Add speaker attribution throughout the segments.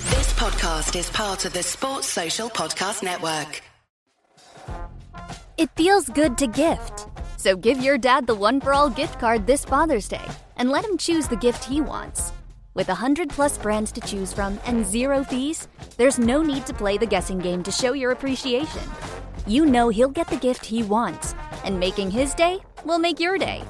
Speaker 1: podcast is part of the Sports Social Podcast Network.
Speaker 2: It feels good to gift. So give your dad the One for All gift card this Father's Day and let him choose the gift he wants. With 100 plus brands to choose from and zero fees, there's no need to play the guessing game to show your appreciation. You know he'll get the gift he wants, and making his day will make your day.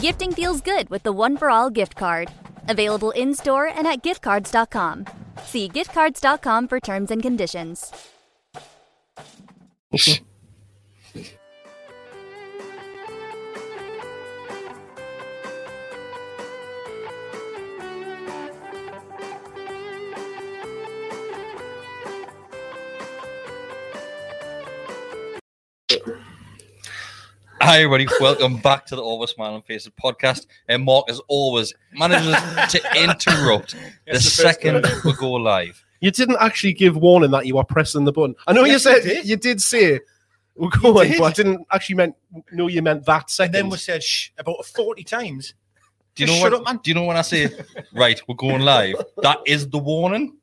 Speaker 2: Gifting feels good with the One for All gift card. Available in store and at giftcards.com. See giftcards.com for terms and conditions.
Speaker 3: Hi, everybody. Welcome back to the Always Smiling Faces podcast. And Mark, as always, manages to interrupt the,
Speaker 4: It's the first
Speaker 3: second we go live.
Speaker 4: You didn't actually give warning that you are pressing the button. I know
Speaker 5: Yes, I
Speaker 4: you said
Speaker 5: did.
Speaker 4: you did say we're going,
Speaker 5: did.
Speaker 4: but I didn't actually meant no. You meant that second.
Speaker 5: And then we said shh about 40 times.
Speaker 3: Do you
Speaker 5: Just
Speaker 3: know
Speaker 5: shut
Speaker 3: what?
Speaker 5: up, man.
Speaker 3: Do you know when I say, right, we're going live? That is the warning.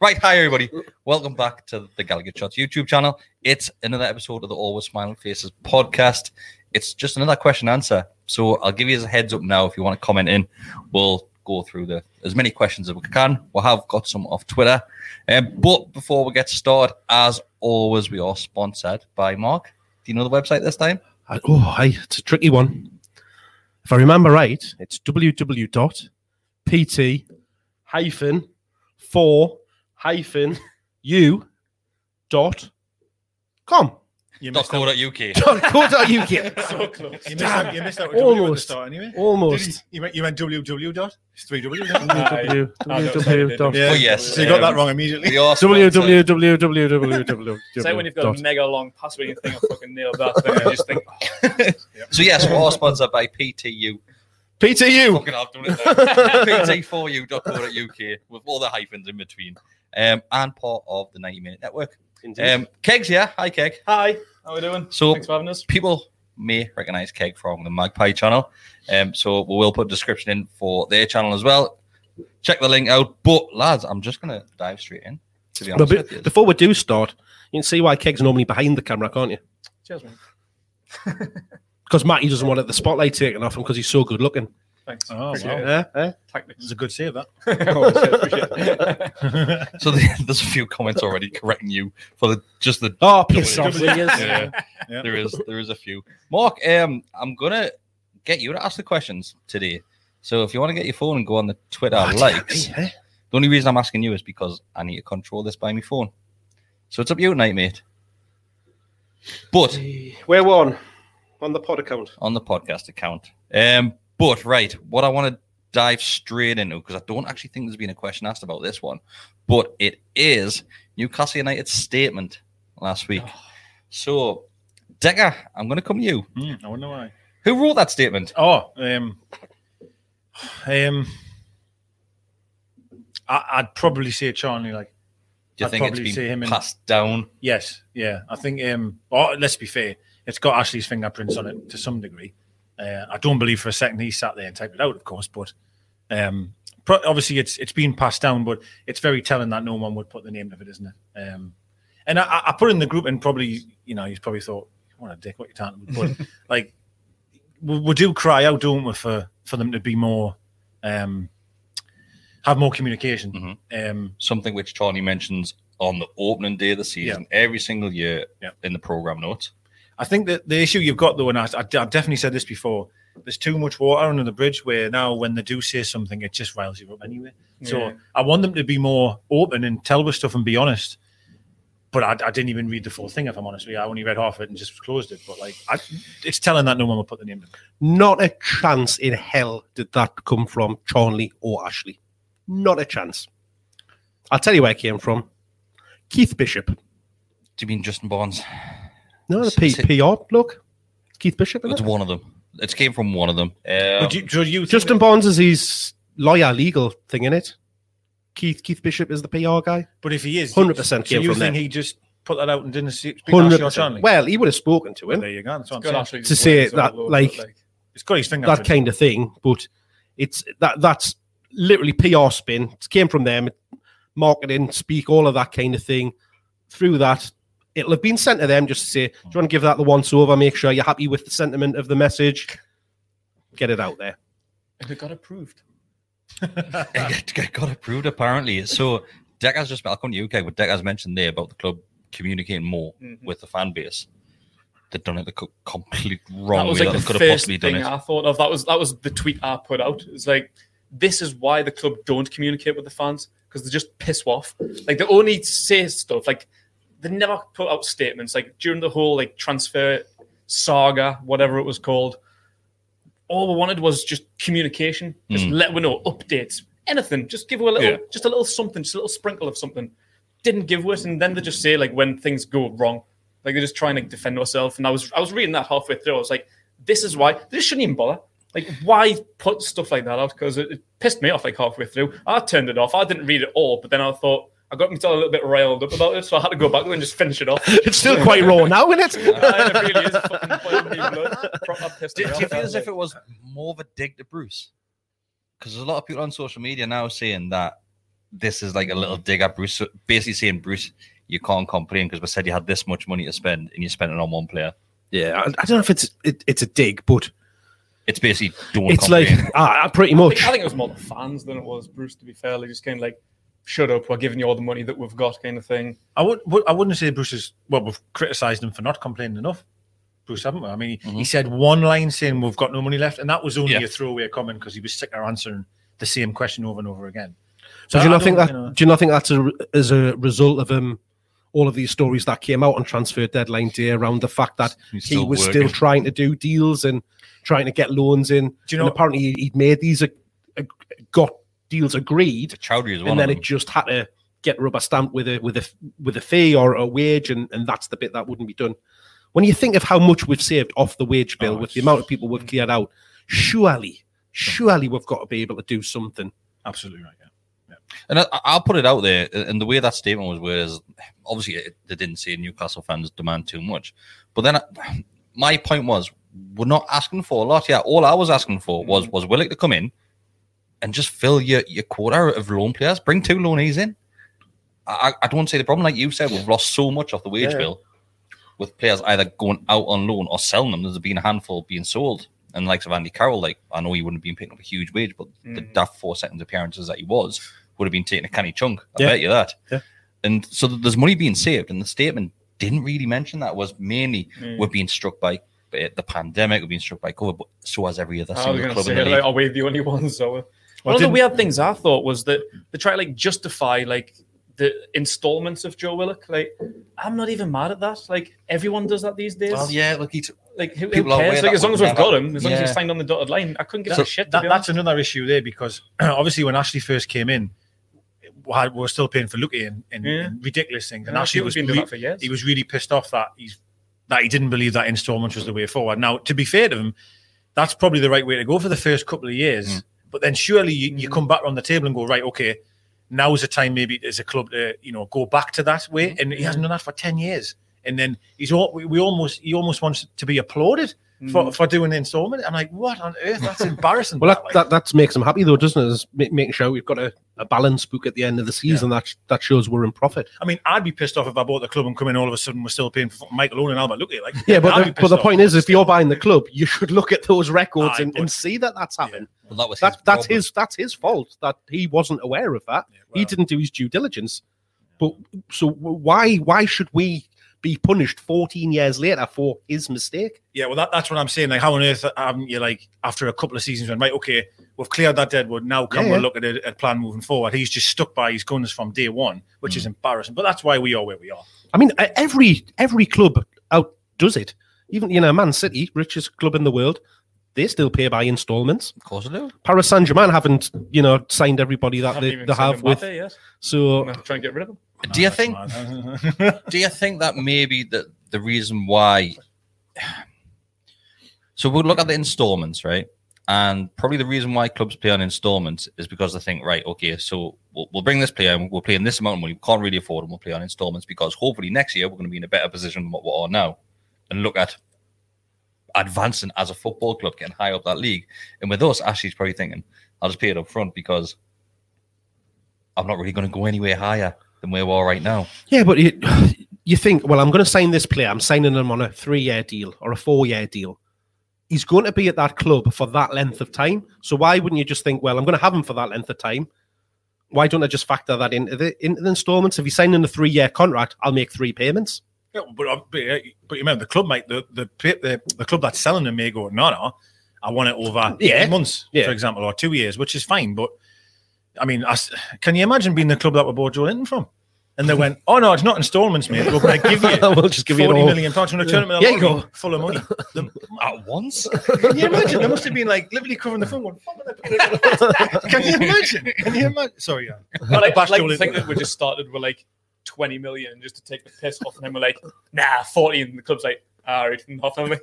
Speaker 3: Right, hi everybody. Welcome back to the Gallagher Shots YouTube channel. It's another episode of the Always Smiling Faces podcast. It's just another question and answer. So I'll give you a heads up now if you want to comment in. We'll go through the as many questions as we can. We'll have got some off Twitter. Um, but before we get started, as always, we are sponsored by Mark. Do you know the website this time?
Speaker 4: I- oh, hi, it's a tricky one. If I remember right, it's www.pt hyphen four hyphen u dot com.
Speaker 5: You missed out.
Speaker 3: .co.uk.
Speaker 4: Dot co dot uk.
Speaker 5: So close. You missed out. You missed out. with W at the
Speaker 4: Almost.
Speaker 5: start anyway. Did
Speaker 4: Almost.
Speaker 5: You, you went, you went www dot. It's three W. dot.
Speaker 4: www.
Speaker 5: Yeah.
Speaker 3: Oh, yes.
Speaker 5: So you got that
Speaker 3: Um,
Speaker 5: wrong immediately.
Speaker 3: We are sponsored-
Speaker 4: www.
Speaker 6: Say when you've got a mega long password, you think I fucking nailed that. Then you just think,
Speaker 3: So yes, we are sponsored by PTU.
Speaker 4: PTU.
Speaker 3: Fucking I've done it there. PT4U.co.uk with all the hyphens in between. Um, and part of the 90 Minute Network. Um, Keg's here. Hi, Keg.
Speaker 6: "Hi, how are we doing?
Speaker 3: So-
Speaker 6: Thanks for having us."
Speaker 3: People may recognize Keg from the Magpie channel. Um, so we will put a description in for their channel as well. Check the link out. But lads, I'm just going to dive straight in. To be
Speaker 4: Well,
Speaker 3: honest,
Speaker 4: but
Speaker 3: with you.
Speaker 4: before we do start, you can see why Keg's normally behind the camera, can't you?
Speaker 6: Cheers, man.
Speaker 4: Because Matty doesn't want it the spotlight taken off him because he's so good looking.
Speaker 6: Thanks.
Speaker 5: Oh, wow.
Speaker 6: Appreciate it.
Speaker 4: Eh? Eh?
Speaker 5: This
Speaker 6: Tactics.
Speaker 5: is a good save that.
Speaker 6: Appreciate it.
Speaker 3: so there- there's a few comments already correcting you for the just the
Speaker 4: Oh, piss
Speaker 3: Double-
Speaker 4: off, will yous?
Speaker 3: yeah,
Speaker 5: Yeah.
Speaker 3: there is there is a few. Mark, um, I'm gonna get you to ask the questions today. So if you want to get your phone and go on the Twitter
Speaker 4: Oh,
Speaker 3: likes,
Speaker 4: yeah.
Speaker 3: the only reason I'm asking you is because I need to control this by my phone. So it's up to you tonight, mate. But
Speaker 4: We're one on the pod account.
Speaker 3: on the podcast account. Um, but right, what I want to dive straight into because I don't actually think there's been a question asked about this one, but it is Newcastle United's statement last week.
Speaker 4: Oh.
Speaker 3: So, Decker, I'm going to come to you.
Speaker 5: Hmm, I wonder why.
Speaker 3: Who wrote that statement?
Speaker 5: Oh, um, um, I, I'd probably say Charlie. Like,
Speaker 3: Do you
Speaker 5: I'd
Speaker 3: think it's
Speaker 5: probably say
Speaker 3: been
Speaker 5: him in-
Speaker 3: passed down?
Speaker 5: yes, yeah. I think. Um, oh, let's be fair. It's got Ashley's fingerprints on it to some degree. Uh, I don't believe for a second he sat there and typed it out, of course. But um, pro- obviously, it's it's been passed down. But it's very telling that no one would put the name of it, isn't it? Um, and I- I, I put it in the group, and probably you know he's probably thought, "What a dick! What you talking about?" But like, we, we do cry out, don't we, for for them to be more, um, have more communication. Um,
Speaker 3: Something which Charlie mentions on the opening day of the season every single year
Speaker 5: Yeah.
Speaker 3: in the program notes.
Speaker 5: I think that the issue you've got though, and I, I, have definitely said this before, there's too much water under the bridge. Where now, when they do say something, it just riles you up anyway.
Speaker 6: Yeah.
Speaker 5: So I want them to be more open and tell us stuff and be honest. But I, I didn't even read the full thing, if I'm honest with you. I only read half of it and just closed it. But like, I, it's telling that no one will put the name. to it.
Speaker 4: Not a chance in hell did that come from Charlie or Ashley. Not a chance. I'll tell you where it came from. Keith Bishop.
Speaker 3: Do you mean Justin Barnes?
Speaker 4: No, the
Speaker 3: Sit- sit-
Speaker 4: P- PR look. Keith Bishop. isn't
Speaker 3: It's
Speaker 4: it?
Speaker 3: one of them. It came from one of them. Um,
Speaker 5: But do, you- do you think
Speaker 4: Justin Barnes is his lawyer legal thing in it. Keith Keith Bishop is the PR guy.
Speaker 5: But if he is,
Speaker 4: 100%
Speaker 5: so
Speaker 4: came
Speaker 5: you
Speaker 4: from
Speaker 5: think
Speaker 4: there.
Speaker 5: he just put that out and didn't see? speak to Ashley or
Speaker 4: 100%.
Speaker 5: Charlie?
Speaker 4: Well, he would have spoken to
Speaker 5: Well,
Speaker 4: him.
Speaker 5: there you go. That's what I'm
Speaker 6: Good,
Speaker 5: saying.
Speaker 6: actually,
Speaker 4: To
Speaker 6: just
Speaker 4: say
Speaker 6: words
Speaker 4: that,
Speaker 6: all over,
Speaker 4: like-
Speaker 5: It's got his finger.
Speaker 4: that kind of thing. But it's that that's literally PR spin. It came from them. marketing, speak, all of that kind of thing. Through that, it'll have been sent to them just to say, do you want to give that the once over? Make sure you're happy with the sentiment of the message. Get it out there.
Speaker 6: It got approved.
Speaker 3: it got- got approved apparently. So Decker's just I'll come to you, okay, but Decker's mentioned there about the club communicating more
Speaker 5: Mm-hmm.
Speaker 3: with the fan base. They've done it the co- complete wrong
Speaker 6: that was
Speaker 3: way
Speaker 6: like
Speaker 3: that
Speaker 6: the
Speaker 3: they could have
Speaker 6: first
Speaker 3: possibly done
Speaker 6: thing
Speaker 3: it.
Speaker 6: I thought of. That was that was the tweet I put out. It's like this is why the club don't communicate with the fans because they just piss off. Like they only say stuff like they never put out statements. Like during the whole like transfer saga, whatever it was called, all we wanted was just communication. Just let me know updates, anything. Just give her a little,
Speaker 3: Hmm. Yeah.
Speaker 6: just a little something, just a little sprinkle of something. Didn't give us, and then they just say like when things go wrong, like they're just trying to defend ourselves. And I was I was reading that halfway through. I was like, this is why this shouldn't even bother. Like, why put stuff like that out? Because it, it pissed me off like halfway through. I turned it off. I didn't read it all, but then I thought I got myself a little bit riled up about it, so I had to go back and just finish it off.
Speaker 4: It's still quite raw now, isn't it?
Speaker 6: Uh, it really is fucking boiling me blood. Proper pissed
Speaker 3: Do,
Speaker 6: me
Speaker 3: do
Speaker 6: off.
Speaker 3: you feel as if it was more of a dig to Bruce? Because there's a lot of people on social media now saying that this is like a little dig at Bruce, so basically saying Bruce, you can't complain because we said you had this much money to spend and you spent it on one player.
Speaker 4: Yeah, I, I don't know if it's it, it's a dig, but
Speaker 3: It's basically don't
Speaker 4: it's like
Speaker 3: complain.
Speaker 4: ah, pretty
Speaker 6: I think,
Speaker 4: much.
Speaker 6: I think it was more the fans than it was Bruce. To be fair, they just kind of like, "Shut up! We're giving you all the money that we've got," kind of thing.
Speaker 5: I would, would- I wouldn't say Bruce is well. We've criticised him for not complaining enough. Bruce, haven't we? I mean, he- he said one line saying we've got no money left, and that was only
Speaker 3: Yeah.
Speaker 5: a throwaway comment because he was sick of answering the same question over and over again.
Speaker 4: So do you
Speaker 5: I- I
Speaker 4: not think
Speaker 5: don't,
Speaker 4: that?
Speaker 5: you know-
Speaker 4: Do you not think that's a, as a result of um all of these stories that came out on transfer deadline day around the fact that
Speaker 3: He's
Speaker 4: he
Speaker 3: still
Speaker 4: was
Speaker 3: working.
Speaker 4: still trying to do deals and trying to get loans in? Do
Speaker 5: you know-
Speaker 4: apparently he- he'd made these ag- ag- got deals agreed,
Speaker 3: Chowdhury is one
Speaker 4: and
Speaker 3: of
Speaker 4: then
Speaker 3: them.
Speaker 4: it just had to get rubber stamped with a with a with a fee or a wage, and and that's the bit that wouldn't be done. When you think of how much we've saved off the wage bill
Speaker 5: Oh,
Speaker 4: with the
Speaker 5: it's-
Speaker 4: amount of people
Speaker 3: mm.
Speaker 4: we've cleared out, surely, surely we've got to be able to do something.
Speaker 5: Absolutely right. Yeah.
Speaker 3: And I, I'll put it out there, and the way that statement was worded is obviously it, they didn't say Newcastle fans demand too much. But then I, my point was, we're not asking for a lot. Yeah, all I was asking
Speaker 5: Mm-hmm.
Speaker 3: for was was Willick to come in and just fill your, your quota of loan players. Bring two loanees in. I, I I don't see the problem. Like you said, we've lost so much off the wage
Speaker 5: Yeah.
Speaker 3: bill with players either going out on loan or selling them. There's been a handful being sold. And the likes of Andy Carroll, like I know he wouldn't have been picking up a huge wage, but the
Speaker 5: Mm.
Speaker 3: daft four seconds appearances that he was would have been taking a canny chunk. I
Speaker 5: Yeah.
Speaker 3: bet you that.
Speaker 5: Yeah.
Speaker 3: And so th- there's money being saved, and the statement didn't really mention that. It was mainly
Speaker 6: Mm.
Speaker 3: we're being struck by uh, the pandemic, we're being struck by COVID, but so has every other
Speaker 6: I was
Speaker 3: single
Speaker 6: going to
Speaker 3: club in
Speaker 6: say,
Speaker 3: the
Speaker 6: like,
Speaker 3: league.
Speaker 6: are we the only ones? So, one of the
Speaker 5: didn't-
Speaker 6: weird things I thought was that they try to like justify like the installments of Joe Willock. Like, I'm not even mad at that. Like, everyone does that these days.
Speaker 3: Well, yeah, look, he's,
Speaker 6: Like, who, who
Speaker 3: people are aware
Speaker 6: cares? Like,
Speaker 3: that
Speaker 6: as long as
Speaker 3: would
Speaker 6: we've got
Speaker 3: never-
Speaker 6: him, as long as
Speaker 3: Yeah.
Speaker 6: he's signed on the dotted line, I couldn't give
Speaker 5: So
Speaker 6: a shit. To
Speaker 5: that-
Speaker 6: be
Speaker 5: that's
Speaker 6: honest.
Speaker 5: another issue there because obviously when Ashley first came in, we had- we were still paying for Lucky and, and,
Speaker 6: Yeah.
Speaker 5: and ridiculous things, and
Speaker 6: Yeah,
Speaker 5: Ashley
Speaker 6: people
Speaker 5: was
Speaker 6: have been doing
Speaker 5: re-
Speaker 6: that for years.
Speaker 5: He was really pissed off that he's that he didn't believe that instalment was the way forward. Now, to be fair to him, that's probably the right way to go for the first couple of years.
Speaker 4: Mm.
Speaker 5: But then surely you, you come back on the table and go right, okay. Now is the time maybe as a club to you know go back to that way, and he hasn't done that for ten years. And then he's all we, we almost he almost wants to be applauded
Speaker 4: Mm.
Speaker 5: for, for doing the installment. I'm like, what on earth? That's embarrassing.
Speaker 4: Well, that,
Speaker 5: like.
Speaker 4: that that makes them happy though, doesn't it? Is ma- making sure we've got a, a balance book at the end of the season that sh- that shows we're in profit.
Speaker 5: I mean, I'd be pissed off if I bought the club and come in all of a sudden we're still paying for fucking Michael Owen and Albert Luke. Like,
Speaker 4: Yeah,
Speaker 5: I'd
Speaker 4: but
Speaker 5: be
Speaker 4: the, but
Speaker 5: pissed
Speaker 4: the
Speaker 5: off.
Speaker 4: point is, if you're buying the club, you should look at those records
Speaker 5: Aye,
Speaker 4: and,
Speaker 5: but-
Speaker 4: and see that that's happened.
Speaker 3: well, that was
Speaker 4: That
Speaker 3: his
Speaker 4: that's
Speaker 3: problem.
Speaker 4: his that's his fault that he wasn't aware of that. he
Speaker 5: well-
Speaker 4: didn't do his due diligence. But so why why should we be punished 14 years later for his mistake?
Speaker 5: yeah, well, that, that's what I'm saying. Like, how on earth haven't you like after a couple of seasons went right? Okay, we've cleared that deadwood. Now can
Speaker 4: Yeah,
Speaker 5: we
Speaker 4: yeah.
Speaker 5: look at a, a plan moving forward? He's just stuck by his guns from day one, which is embarrassing. But that's why we are where we are.
Speaker 4: Hmm. I mean, e- every every club outdoes it. Even you know, Man City, richest club in the world, they still pay by installments.
Speaker 3: Of course I do.
Speaker 4: Paris Saint Germain haven't, you know, signed everybody that
Speaker 6: Haven't
Speaker 4: they,
Speaker 6: even
Speaker 4: they
Speaker 6: signed
Speaker 4: have with.
Speaker 6: Mbappe yet.
Speaker 4: So
Speaker 6: I'm trying to get rid of him.
Speaker 3: do you think do you think that maybe that the reason why so we'll look at the installments right and probably the reason why clubs play on installments is because they think right okay so we'll, we'll bring this player and we're paying this amount of money we can't really afford and we'll play on installments because hopefully next year we're going to be in a better position than what we are now and look at advancing as a football club getting high up that league and with us ashley's probably thinking i'll just pay it up front because I'm not really going to go anywhere higher than where we are right now.
Speaker 4: Yeah, but you, you think, well, I'm going to sign this player. I'm signing him on a three year deal or a four year deal. He's going to be at that club for that length of time. So why wouldn't you just think, well, I'm going to have him for that length of time? Why don't I just factor that into the into the installments? If you sign in a three year contract, I'll make three payments.
Speaker 5: Yeah, but, uh, but uh, but you remember the club, mate. The the pa- the, the club that's selling them may go, no, no, I want it over
Speaker 4: Yeah.
Speaker 5: eight months,
Speaker 4: Yeah.
Speaker 5: for example, or two years, which is fine. But I mean, I s can you imagine being the club that we bought Joe Linton from? And they went, oh no, it's not instalments, mate. We're going to give you
Speaker 4: We'll just give you it all.
Speaker 5: pounds. We're going to turn
Speaker 4: Yeah,
Speaker 5: it
Speaker 4: you
Speaker 5: in a
Speaker 4: go.
Speaker 5: lottery full of money. The-
Speaker 3: At once?
Speaker 5: can you imagine? There must have been like literally covering the phone. Going, "Fuck, what the fuck is that?" can you imagine? Can you imagine? Sorry, yeah.
Speaker 6: I like, I
Speaker 5: Bash
Speaker 6: like
Speaker 5: Joe
Speaker 6: to think
Speaker 5: Linton.
Speaker 6: that we just started with like 20 million just to take the piss off, and then we're like, nah, 40. And the club's like, "Ah, all right, and off, and we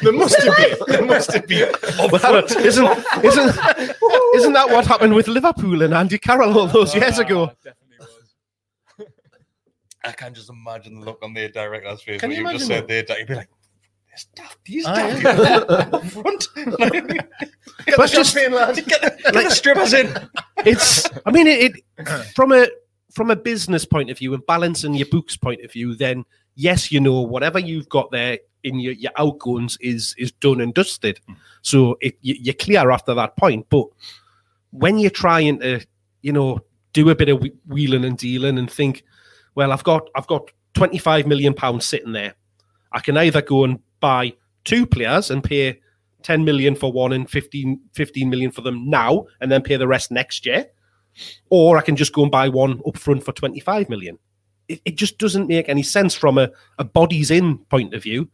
Speaker 5: There must have been. There must have been.
Speaker 4: Well, isn't, isn't, isn't that what happened with Liverpool and Andy Carroll all those years ago?
Speaker 6: Ah, Definitely was.
Speaker 3: I can just imagine the look on their director's face
Speaker 5: Can
Speaker 3: when
Speaker 5: you
Speaker 3: you just
Speaker 5: imagine
Speaker 3: said there. You'd be like, "This daft, these
Speaker 5: Ah,
Speaker 3: daft
Speaker 5: yeah.
Speaker 3: people up front. Like, get
Speaker 4: Let's
Speaker 3: the
Speaker 4: just-
Speaker 3: champagne, lads. Get, the- get the strippers in.
Speaker 4: it's i mean it, it from a from a business point of view and balancing your books point of view then yes you know whatever you've got there in your, your outgoings is is done and dusted
Speaker 3: Hmm.
Speaker 4: so it, you, you're clear after that point but when you're trying to you know do a bit of whe- wheeling and dealing and think well i've got i've got 25 million pounds sitting there i can either go and buy two players and pay 10 million for one and 15, 15 million for them now and then pay the rest next year or i can just go and buy one up front for 25 million it, it just doesn't make any sense from a, a bodies in point of view